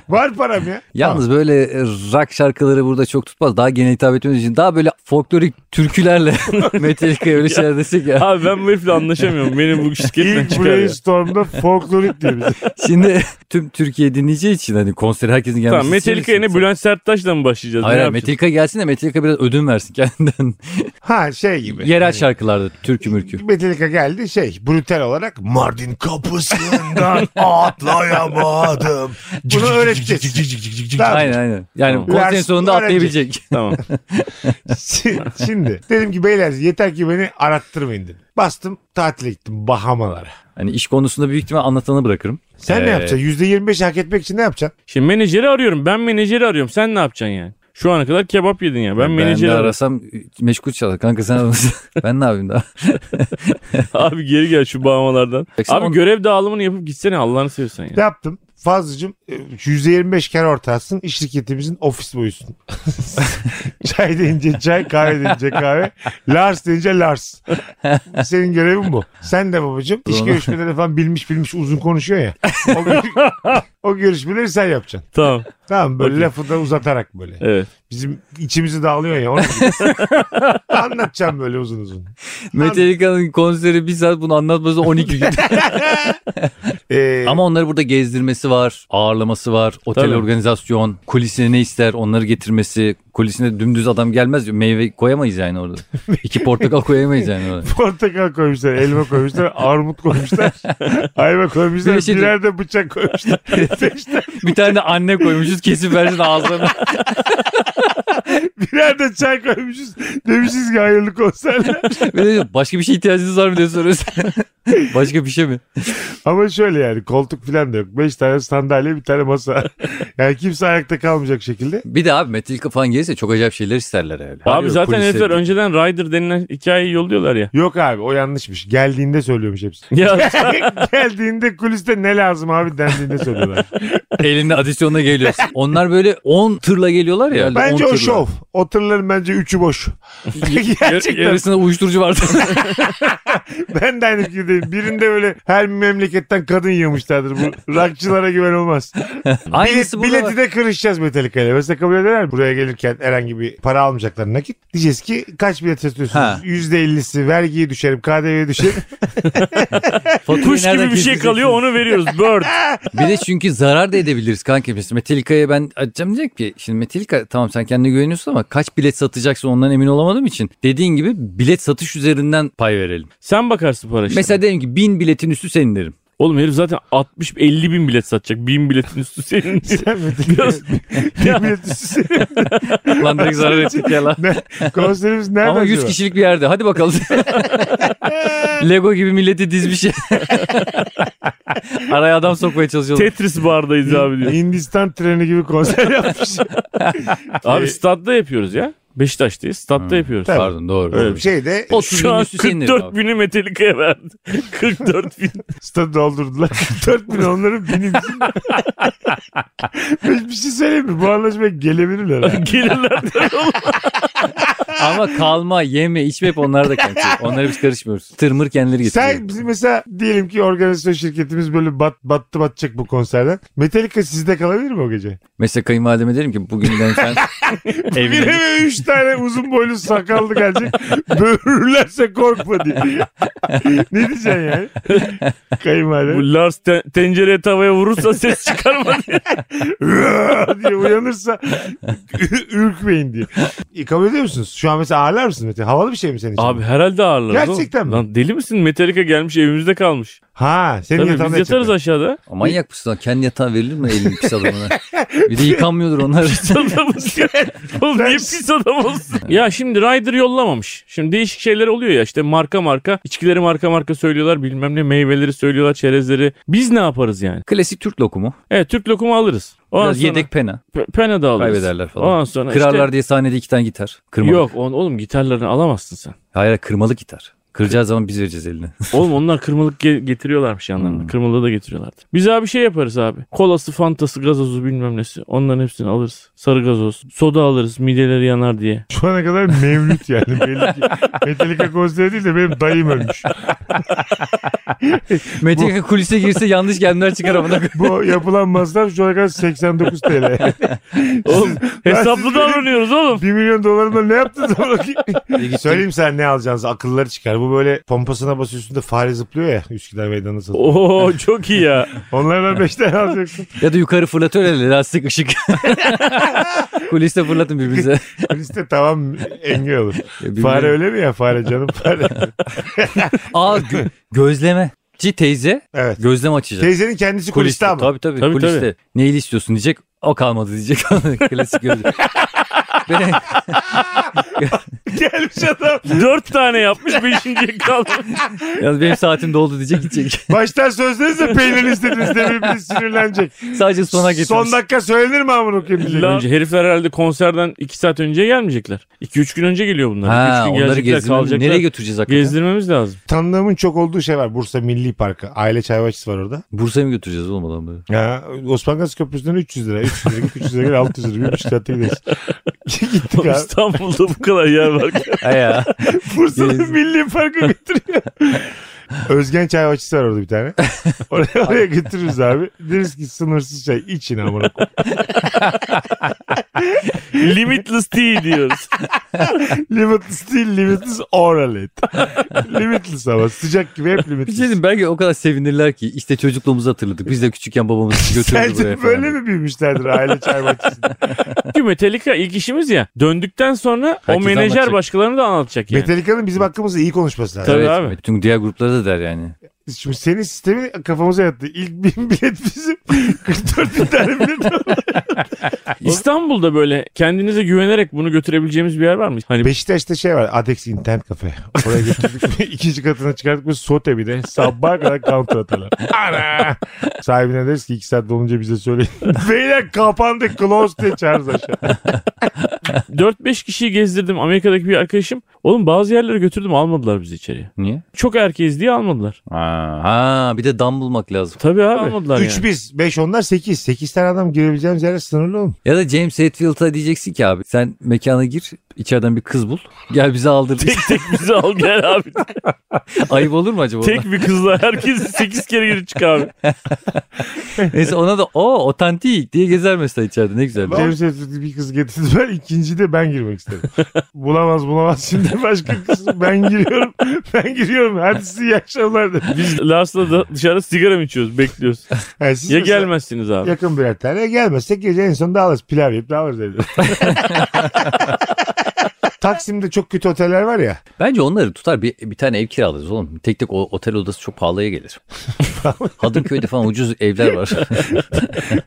S1: Var param ya.
S3: Yalnız böyle e, rock şarkıları burada çok tutmaz. Daha genel hitap etmemiz için daha böyle folklorik türkülerle <laughs> Metallica öyle şeyler desek
S2: <laughs>
S3: ya.
S2: Abi ben bu herifle anlaşamıyorum. Benim bu
S3: <laughs>
S2: şirketten
S1: İlk
S2: çıkar ya.
S1: brainstorm'da folklorik diyor bize.
S3: Şimdi tüm Türkiye dinleyeceği için hani konser herkesin gelmesi
S2: Tamam Metallica
S3: istemiyorsun.
S2: yerine Bülent Serttaş'la mı başlayacağız?
S3: Hayır
S2: ne
S3: hayır,
S2: yapacağız?
S3: Metallica gelsin de Metallica biraz ödün versin kendinden.
S1: Ha şey gibi.
S3: Yerel şarkılarda türkü mürkü.
S1: Metallica geldi şey brutal olarak Mardin kapısından <laughs> atlayamadım. Bunu öğreteceğiz. Tamam. <laughs>
S3: Aynen aynen. Yani
S2: Tamam.
S3: konserin
S1: Versin,
S3: sonunda
S1: öğrenecek.
S3: atlayabilecek.
S2: Tamam.
S1: Şi- Şimdi dedim ki beyler yeter ki beni arattırmayın dedim. Bastım tatile gittim Bahamalara.
S3: Hani iş konusunda büyük ihtimal anlatanı bırakırım.
S1: Sen ne
S3: Ee,
S1: yapacaksın? %25 hak etmek için ne yapacaksın?
S2: Şimdi menajeri arıyorum. Ben menajeri arıyorum. Sen ne yapacaksın yani? Şu ana kadar kebap yedin ya. Ben, menajeri
S3: de
S2: arıyorum.
S3: arasam meşgul çalar.
S2: <laughs>
S3: Kanka sen arasın. ben ne yapayım daha?
S2: Abi geri gel şu bağmalardan.
S3: Baksana
S2: Abi
S3: on-
S2: görev dağılımını yapıp gitsene Allah'ını seversen
S3: <laughs>
S2: ya.
S1: Ne yaptım? Fazlıcığım e, %25 kar ortağısın. İş şirketimizin ofis
S3: <laughs>
S1: boyusun. çay deyince çay, kahve deyince kahve. Lars deyince Lars. Senin görevin bu. Sen de babacığım iş
S3: Doğru.
S1: görüşmeleri falan bilmiş bilmiş uzun konuşuyor ya. O, gör- o görüşmeleri sen yapacaksın.
S2: Tamam.
S1: Tamam mı? böyle
S2: Okey.
S1: lafı da uzatarak böyle.
S2: Evet.
S1: Bizim içimizi dağılıyor ya. Onun gibi.
S3: <laughs>
S1: Anlatacağım böyle uzun uzun.
S3: Metallica'nın konseri bir saat bunu anlatması
S2: <laughs>
S3: 12 gün.
S1: Ee,
S3: Ama onları burada gezdirmesi var, ağırlaması var, otel
S2: Tabii.
S3: organizasyon, kulisine ne ister onları getirmesi. Kulisine dümdüz adam gelmez. Meyve koyamayız yani
S2: <laughs>
S3: orada. İki portakal koyamayız yani orada.
S1: <laughs> Portakal koymuşlar, elma koymuşlar, armut koymuşlar, ayva koymuşlar,
S3: Bir şey
S1: birer de bıçak koymuşlar. Beşler-
S3: Bir tane de anne koymuşuz kesip versin ağzına.
S2: <laughs>
S1: birer de çay koymuşuz. Demişiz ki hayırlı konserler.
S3: Bir de başka bir şey ihtiyacınız var mı
S2: <laughs>
S3: diye soruyorsun. başka bir şey mi?
S1: Ama şöyle yani koltuk falan da yok. Beş tane sandalye, bir tane masa. Yani kimse ayakta kalmayacak şekilde.
S3: Bir de abi Metallica falan gelirse çok acayip şeyler isterler öyle.
S2: Abi zaten herifler önceden Rider denilen hikayeyi yolluyorlar ya.
S1: Yok abi o yanlışmış. Geldiğinde söylüyormuş hepsi.
S2: Ya
S1: <laughs> Geldiğinde kuliste ne lazım abi dendiğinde söylüyorlar.
S3: <laughs> Elinde adisyonla geliyorsun. Onlar böyle 10 tırla geliyorlar ya.
S1: bence
S3: 10
S1: o
S3: tırla.
S1: şov. O tırların bence üçü boş.
S3: Yar-
S1: Gerçekten.
S3: yarısında uyuşturucu vardı.
S1: <laughs> Ben de aynı fikirdeyim. Birinde böyle her memleketten kadın yiyormuşlardır. Bu rockçılara güven olmaz. Bilet,
S3: <laughs> Aynısı burada
S1: bileti
S3: var.
S1: de kırışacağız Metallica ile. Mesela kabul ederler mi? Buraya gelirken herhangi bir para almayacaklar nakit. Diyeceğiz ki kaç bilet
S3: Ha.
S1: satıyorsunuz? %50'si vergiyi düşerim, KDV'ye düşerim.
S3: Faturayı
S2: kuş
S3: <laughs> nereden
S2: gibi bir şey
S3: keseceksin?
S2: kalıyor onu veriyoruz. Bird.
S3: Bir de çünkü zarar da edebiliriz kanka. Mesela Metallica'ya ben açacağım diyecek ki. Şimdi Metallica tamam sen kendine güveniyorsun ama kaç bilet satacaksın ondan emin olamadığım için. Dediğin gibi bilet satış üzerinden pay verelim.
S2: Sen bakarsın para işine.
S3: <laughs> Mesela diyelim ki bin biletin üstü senin derim.
S2: Oğlum herif zaten 60-50 bin bilet satacak. Bin biletin üstü senin.
S3: <laughs>
S1: Sen mi?
S2: Biraz-
S1: Bilet üstü.
S3: Lan direkt zarar ettik ya lan.
S1: Konserimiz nerede
S3: Ama 100
S1: acaba?
S3: kişilik bir yerde.
S2: <laughs>
S3: Hadi bakalım. Lego gibi milleti dizmiş. Araya adam sokmaya çalışıyorlar.
S2: Tetris bardayız abi diyor.
S1: Hindistan treni gibi konser yapmış.
S2: abi stadda yapıyoruz ya. Beşiktaş'tayız. Stadda yapıyoruz.
S1: Tabii.
S3: Pardon doğru.
S1: Öyle bir şey de
S3: 30
S2: Şu
S3: bin
S2: an
S3: Hmm. üstü senin
S2: 44 bini Metallica'ya verdi. <laughs> 44 bin.
S1: stadı doldurdular. <laughs> 4 bin onların bini bizim. bir, bir şey söyleyeyim mi? Bu anlaşmaya gelebilirler. ha.
S2: Gelirler.
S3: Ama kalma, yeme, içme hep onlar
S2: <laughs>
S3: da kanka. Onlara biz karışmıyoruz. Tırmır kendileri getiriyor.
S1: Sen bizim mesela diyelim ki organizasyon şirketimiz böyle bat, battı batacak bu konserden. Metallica sizde kalabilir mi o gece?
S3: Mesela kayınvalideme derim ki
S2: <laughs>
S3: bugünden sen
S1: Bir
S3: evlenip
S1: eve üç tane uzun boylu sakallı
S2: <laughs>
S1: gelecek. Böğürürlerse korkma diye. ne diyeceksin yani? Kayınvalide.
S2: Bu Lars te- tencereye tavaya vurursa ses çıkarma diye.
S1: <laughs> diye uyanırsa ürkmeyin diye. E, Kabul ediyor musunuz? Şu an mesela ağırlar mısın Mete? Havalı bir şey mi senin için?
S2: Abi herhalde ağırlar.
S1: Gerçekten mi?
S2: Lan deli misin? Metallica gelmiş evimizde kalmış.
S1: Ha senin
S2: Tabii
S1: yatağında
S2: biz yatarız
S1: yatacak. <laughs>
S2: aşağıda.
S3: manyak mısın lan? Kendi yatağı verilir mi elin
S2: <laughs>
S3: pis adamına? Bir de yıkanmıyordur onlar. <laughs>
S1: <laughs>
S2: Adamız ya. Oğlum niye pis adam olsun? ya şimdi Ryder yollamamış. Şimdi değişik şeyler oluyor ya işte marka marka. içkileri marka marka söylüyorlar bilmem ne meyveleri söylüyorlar çerezleri. Biz ne yaparız yani?
S3: Klasik Türk lokumu.
S2: Evet Türk lokumu alırız. Ondan
S3: Biraz
S2: sonra
S3: yedek pena.
S2: pe- pena da alırız.
S3: Kaybederler falan.
S2: Ondan sonra işte-
S3: Kırarlar diye sahnede iki tane gitar. Kırmalık.
S2: Yok on, oğlum gitarlarını alamazsın sen.
S3: Hayır hayır, kırmalık gitar. Kıracağı zaman biz vereceğiz eline.
S2: Oğlum onlar kırmalık ge- getiriyorlarmış yanlarına. Kırmalığı da getiriyorlardı. Biz abi şey yaparız abi. Kolası, fantası, gazozu bilmem nesi. Onların hepsini alırız. Sarı gazoz. Soda alırız mideleri yanar <laughs> diye.
S1: Şu ana kadar mevlüt yani. Belli ki.
S2: <laughs>
S1: Metallica konseri değil de benim dayım ölmüş.
S3: Metin kulise girse yanlış gemler çıkar amına koyayım.
S1: Bu yapılan masraf şu ana kadar 89 TL.
S2: Oğlum hesaplı
S1: siz-
S2: davranıyoruz oğlum.
S1: 1 milyon dolarımla ne yaptınız? Söyleyeyim sen ne alacağınızı akılları çıkar. Bu böyle pompasına basıyorsun da fare zıplıyor ya Üsküdar Meydanı'nda satıyor.
S2: Oo çok iyi ya.
S1: Onlardan 5 tane alacaksın.
S3: <laughs> Ya da yukarı fırlatıyor öyle lastik <laughs> ışık. Kuliste fırlatın birbirinize.
S1: Liste tamam engel olur.
S3: Birbirine-
S1: Fare öyle mi ya fare canım fare.
S3: Aa gö- gözlemeci teyze
S1: Evet.
S3: gözlem açacak.
S1: Teyzenin kendisi kuliste ama.
S3: Tabii tabii,
S2: Tabii,
S3: kuliste. Neyli istiyorsun diyecek. O kalmadı diyecek. <laughs> Klasik <laughs> gözlem. Böyle
S1: Gelmiş adam.
S2: Dört tane yapmış beşinciye <laughs> kaldı.
S3: yalnız benim saatim doldu diyecek gidecek. <laughs>
S1: Baştan söyleseniz de peynir istediniz de birbirine sinirlenecek.
S3: Sadece sona getirmiş.
S1: Son dakika söylenir mi amına okuyayım diyecek.
S2: Önce herifler herhalde konserden iki saat önce gelmeyecekler. İki üç gün önce geliyor bunlar.
S3: Ha,
S2: üç gün
S3: onları
S2: gelecekler
S3: gezdirmemiz.
S2: kalacaklar.
S3: Nereye götüreceğiz hakikaten?
S2: Gezdirmemiz lazım.
S1: Tanıdığımın çok olduğu şey var. Bursa Milli Parkı. Aile çay bahçesi var orada.
S3: Bursa'ya mı götüreceğiz oğlum adamları? <laughs>
S1: Ya, Osman Gazi Köprüsü'nden 300 lira. 300 lira git, 300 lira git, 600 lira. 3 saatte gideriz. <laughs> Gittik abi.
S2: İstanbul'da bu kadar yer var.
S3: Ha ya.
S1: Bursa'nın
S3: Gezdim.
S1: Milli Parkı götürüyor. Özgen çay bahçesi var orada bir tane. Oraya, oraya götürürüz abi. Deriz ki sınırsız çay için amına koyayım.
S2: <laughs> Limitless tea diyoruz.
S1: Limitless değil limitless oral et. <laughs> limitless ama sıcak gibi hep
S3: Bir şey
S1: limitless.
S3: diyeyim, belki o kadar sevinirler ki işte çocukluğumuzu hatırladık. Biz de
S2: <laughs>
S3: küçükken babamız götürdü buraya
S1: Sence
S3: falan.
S1: böyle mi büyümüşlerdir aile çay bahçesinde?
S2: Çünkü Metallica ilk işimiz ya. Döndükten sonra o
S3: Herkes
S2: menajer
S3: anlatacak.
S2: başkalarını da anlatacak yani.
S1: Metallica'nın bizim hakkımızda iyi konuşması lazım.
S2: Tabii
S3: evet,
S2: abi.
S3: Bütün diğer gruplara da der yani.
S1: Şimdi senin sistemin kafamıza yattı. İlk bin bilet bizim. 44 bin tane bilet aldı.
S2: İstanbul'da böyle kendinize güvenerek bunu götürebileceğimiz bir yer var mı? Hani
S1: Beşiktaş'ta şey var. Adex internet kafe. Oraya
S2: <laughs>
S1: götürdük. <laughs> İkinci katına çıkarttık. Böyle sote bir de. Sabaha kadar counter atarlar. Ana! Sahibine deriz ki iki saat dolunca bize söyleyin. <laughs> Beyler kapandı. Close diye çağırırız aşağı.
S2: 4-5 kişiyi gezdirdim Amerika'daki bir arkadaşım. Oğlum bazı yerlere götürdüm almadılar bizi içeriye.
S3: Niye?
S2: Çok erkeğiz diye almadılar.
S3: Ha, ha bir de dam bulmak lazım.
S2: Tabii abi. Almadılar
S1: Üç
S2: yani.
S1: biz. Beş onlar sekiz. Sekiz tane adam girebileceğimiz yerler sınırlı oğlum.
S3: Ya da James Hetfield'a diyeceksin ki abi sen mekana gir içeriden bir kız bul <laughs> gel bize aldır.
S2: Tek <laughs> tek bizi al gel abi.
S3: Ayıp olur mu acaba?
S2: Tek bir kızla herkes 8 kere girip çık abi.
S3: <laughs> Neyse ona da o otantik diye gezer mesela içeride ne güzel.
S1: James Hetfield'i bir kız getirdiler. İkinci de ben girmek
S2: <laughs>
S1: istedim. bulamaz bulamaz. Şimdi başka kız ben giriyorum. Ben giriyorum. Hadi size iyi akşamlar dedim.
S2: Biz Lars'la da dışarıda sigara mı içiyoruz? Bekliyoruz.
S1: Yani siz
S2: Ya
S1: mesela
S2: gelmezsiniz abi.
S1: Yakın birer tane. Gelmezsek gece en son dağılırız. Pilav yiyip dağılırız dedi. Taksim'de çok kötü oteller var ya.
S3: Bence onları tutar bir, bir tane ev kiralarız oğlum. Tek tek o otel odası çok
S2: <laughs>
S3: pahalıya gelir. Hadımköy'de falan ucuz evler var.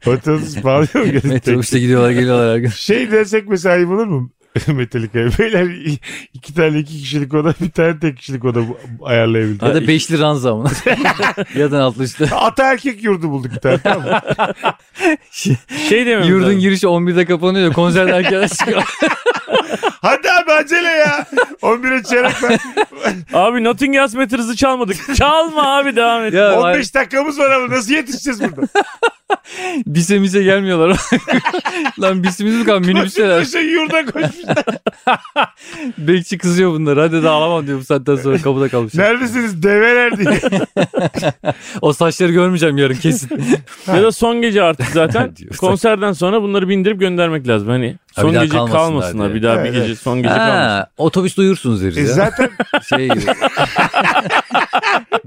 S3: <laughs>
S1: Otobüs bağlıyor mu?
S3: Metrobüste gidiyorlar geliyorlar her gün.
S1: Şey dersek mesela ayıp olur mu? <laughs> Metallica'ya. Beyler i- iki tane iki kişilik oda bir tane tek kişilik oda bu-
S3: <laughs>
S1: ayarlayabildik.
S3: Ya da beşli ranza ama. Yatan altlı üstü.
S1: Ata erkek yurdu bulduk bir tane tamam mı?
S2: Şey dememiz
S3: Yurdun
S2: lazım.
S3: girişi 11'de kapanıyor. Konserde herkes çıkıyor.
S1: Hadi abi acele ya. 11'e çeyrek var.
S2: Abi Nothing Else Matters'ı çalmadık. Çalma abi devam et.
S3: ya,
S1: 15 dakikamız var ama nasıl yetişeceğiz burada?
S3: Bise mise gelmiyorlar. Lan bisimiz mi kan minibüsler.
S1: Koşmuşlar yurda koşmuşlar.
S3: Bekçi kızıyor bunlar. Hadi de alamam diyor bu saatten sonra kapıda kalmışlar.
S1: Neredesiniz develer diye.
S3: O saçları görmeyeceğim yarın kesin.
S2: Ya da son gece artık zaten
S3: <laughs> Diyorsun.
S2: konserden sonra bunları bindirip göndermek lazım. Hani
S3: Ha,
S2: son
S3: bir daha
S2: gece
S3: kalmasınlar
S2: kalmasınlar.
S3: diye.
S2: Bir daha bir
S1: Evet,
S2: gece
S1: evet.
S2: son gece kalmasınlar.
S3: Ha, otobüs duyursunuz deriz
S1: E
S3: ya.
S1: zaten
S3: Şey gibi.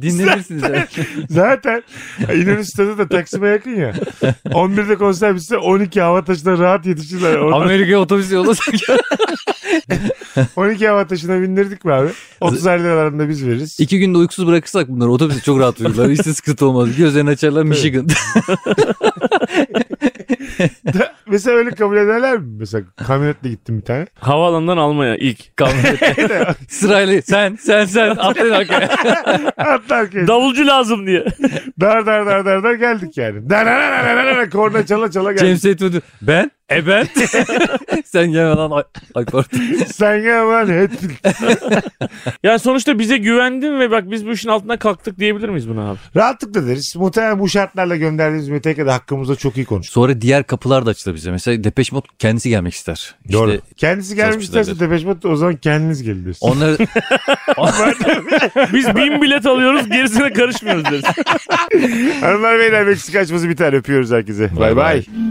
S3: Dinlenirsiniz. evet.
S1: zaten İnönü stadı da Taksim'e yakın ya. 11'de konser bitse 12 hava taşına rahat yetişirler. Oradan
S3: Amerika'ya otobüs yolu
S1: 12 hava taşına bindirdik mi abi? 30 liralarında biz veririz.
S3: İki günde uykusuz bırakırsak bunları otobüse çok rahat uyurlar. Hiç de sıkıntı olmaz. Gözlerini açarlar Michigan. <laughs>
S1: Da- mesela öyle kabul ederler mi? Mesela kamyonetle gittim bir tane.
S2: Havaalanından almaya ilk.
S3: Sırayla sen sen sen atlayın arkaya.
S1: Atlarken
S2: <laughs> Davulcu lazım diye.
S1: dar dar dar dar dar geldik yani. Dar dar dar dar dar dar korna çala çala geldik.
S3: James Hetfield ben e ben <laughs> sen gel lan ay, ay pardon.
S1: Sen gel hani aman Hetfield.
S2: Yani sonuçta bize güvendin ve bak biz bu işin altına kalktık diyebilir miyiz buna abi?
S1: Rahatlıkla deriz. Muhtemelen bu şartlarla gönderdiğimiz meteke de hakkımızda çok iyi konuştuk.
S3: Sonra diğer kapılar da açılır bize. Mesela Depeche Mode kendisi gelmek ister. İşte
S1: Doğru. Kendisi gelmiş
S3: Saçmışlar
S1: isterse Depeche Mode o zaman kendiniz gelin dersin.
S3: Onları
S2: Biz bin bilet alıyoruz gerisine karışmıyoruz deriz.
S1: Hanımlar beyler Meksika açması biter. Öpüyoruz herkese. Bay bay.
S3: bay.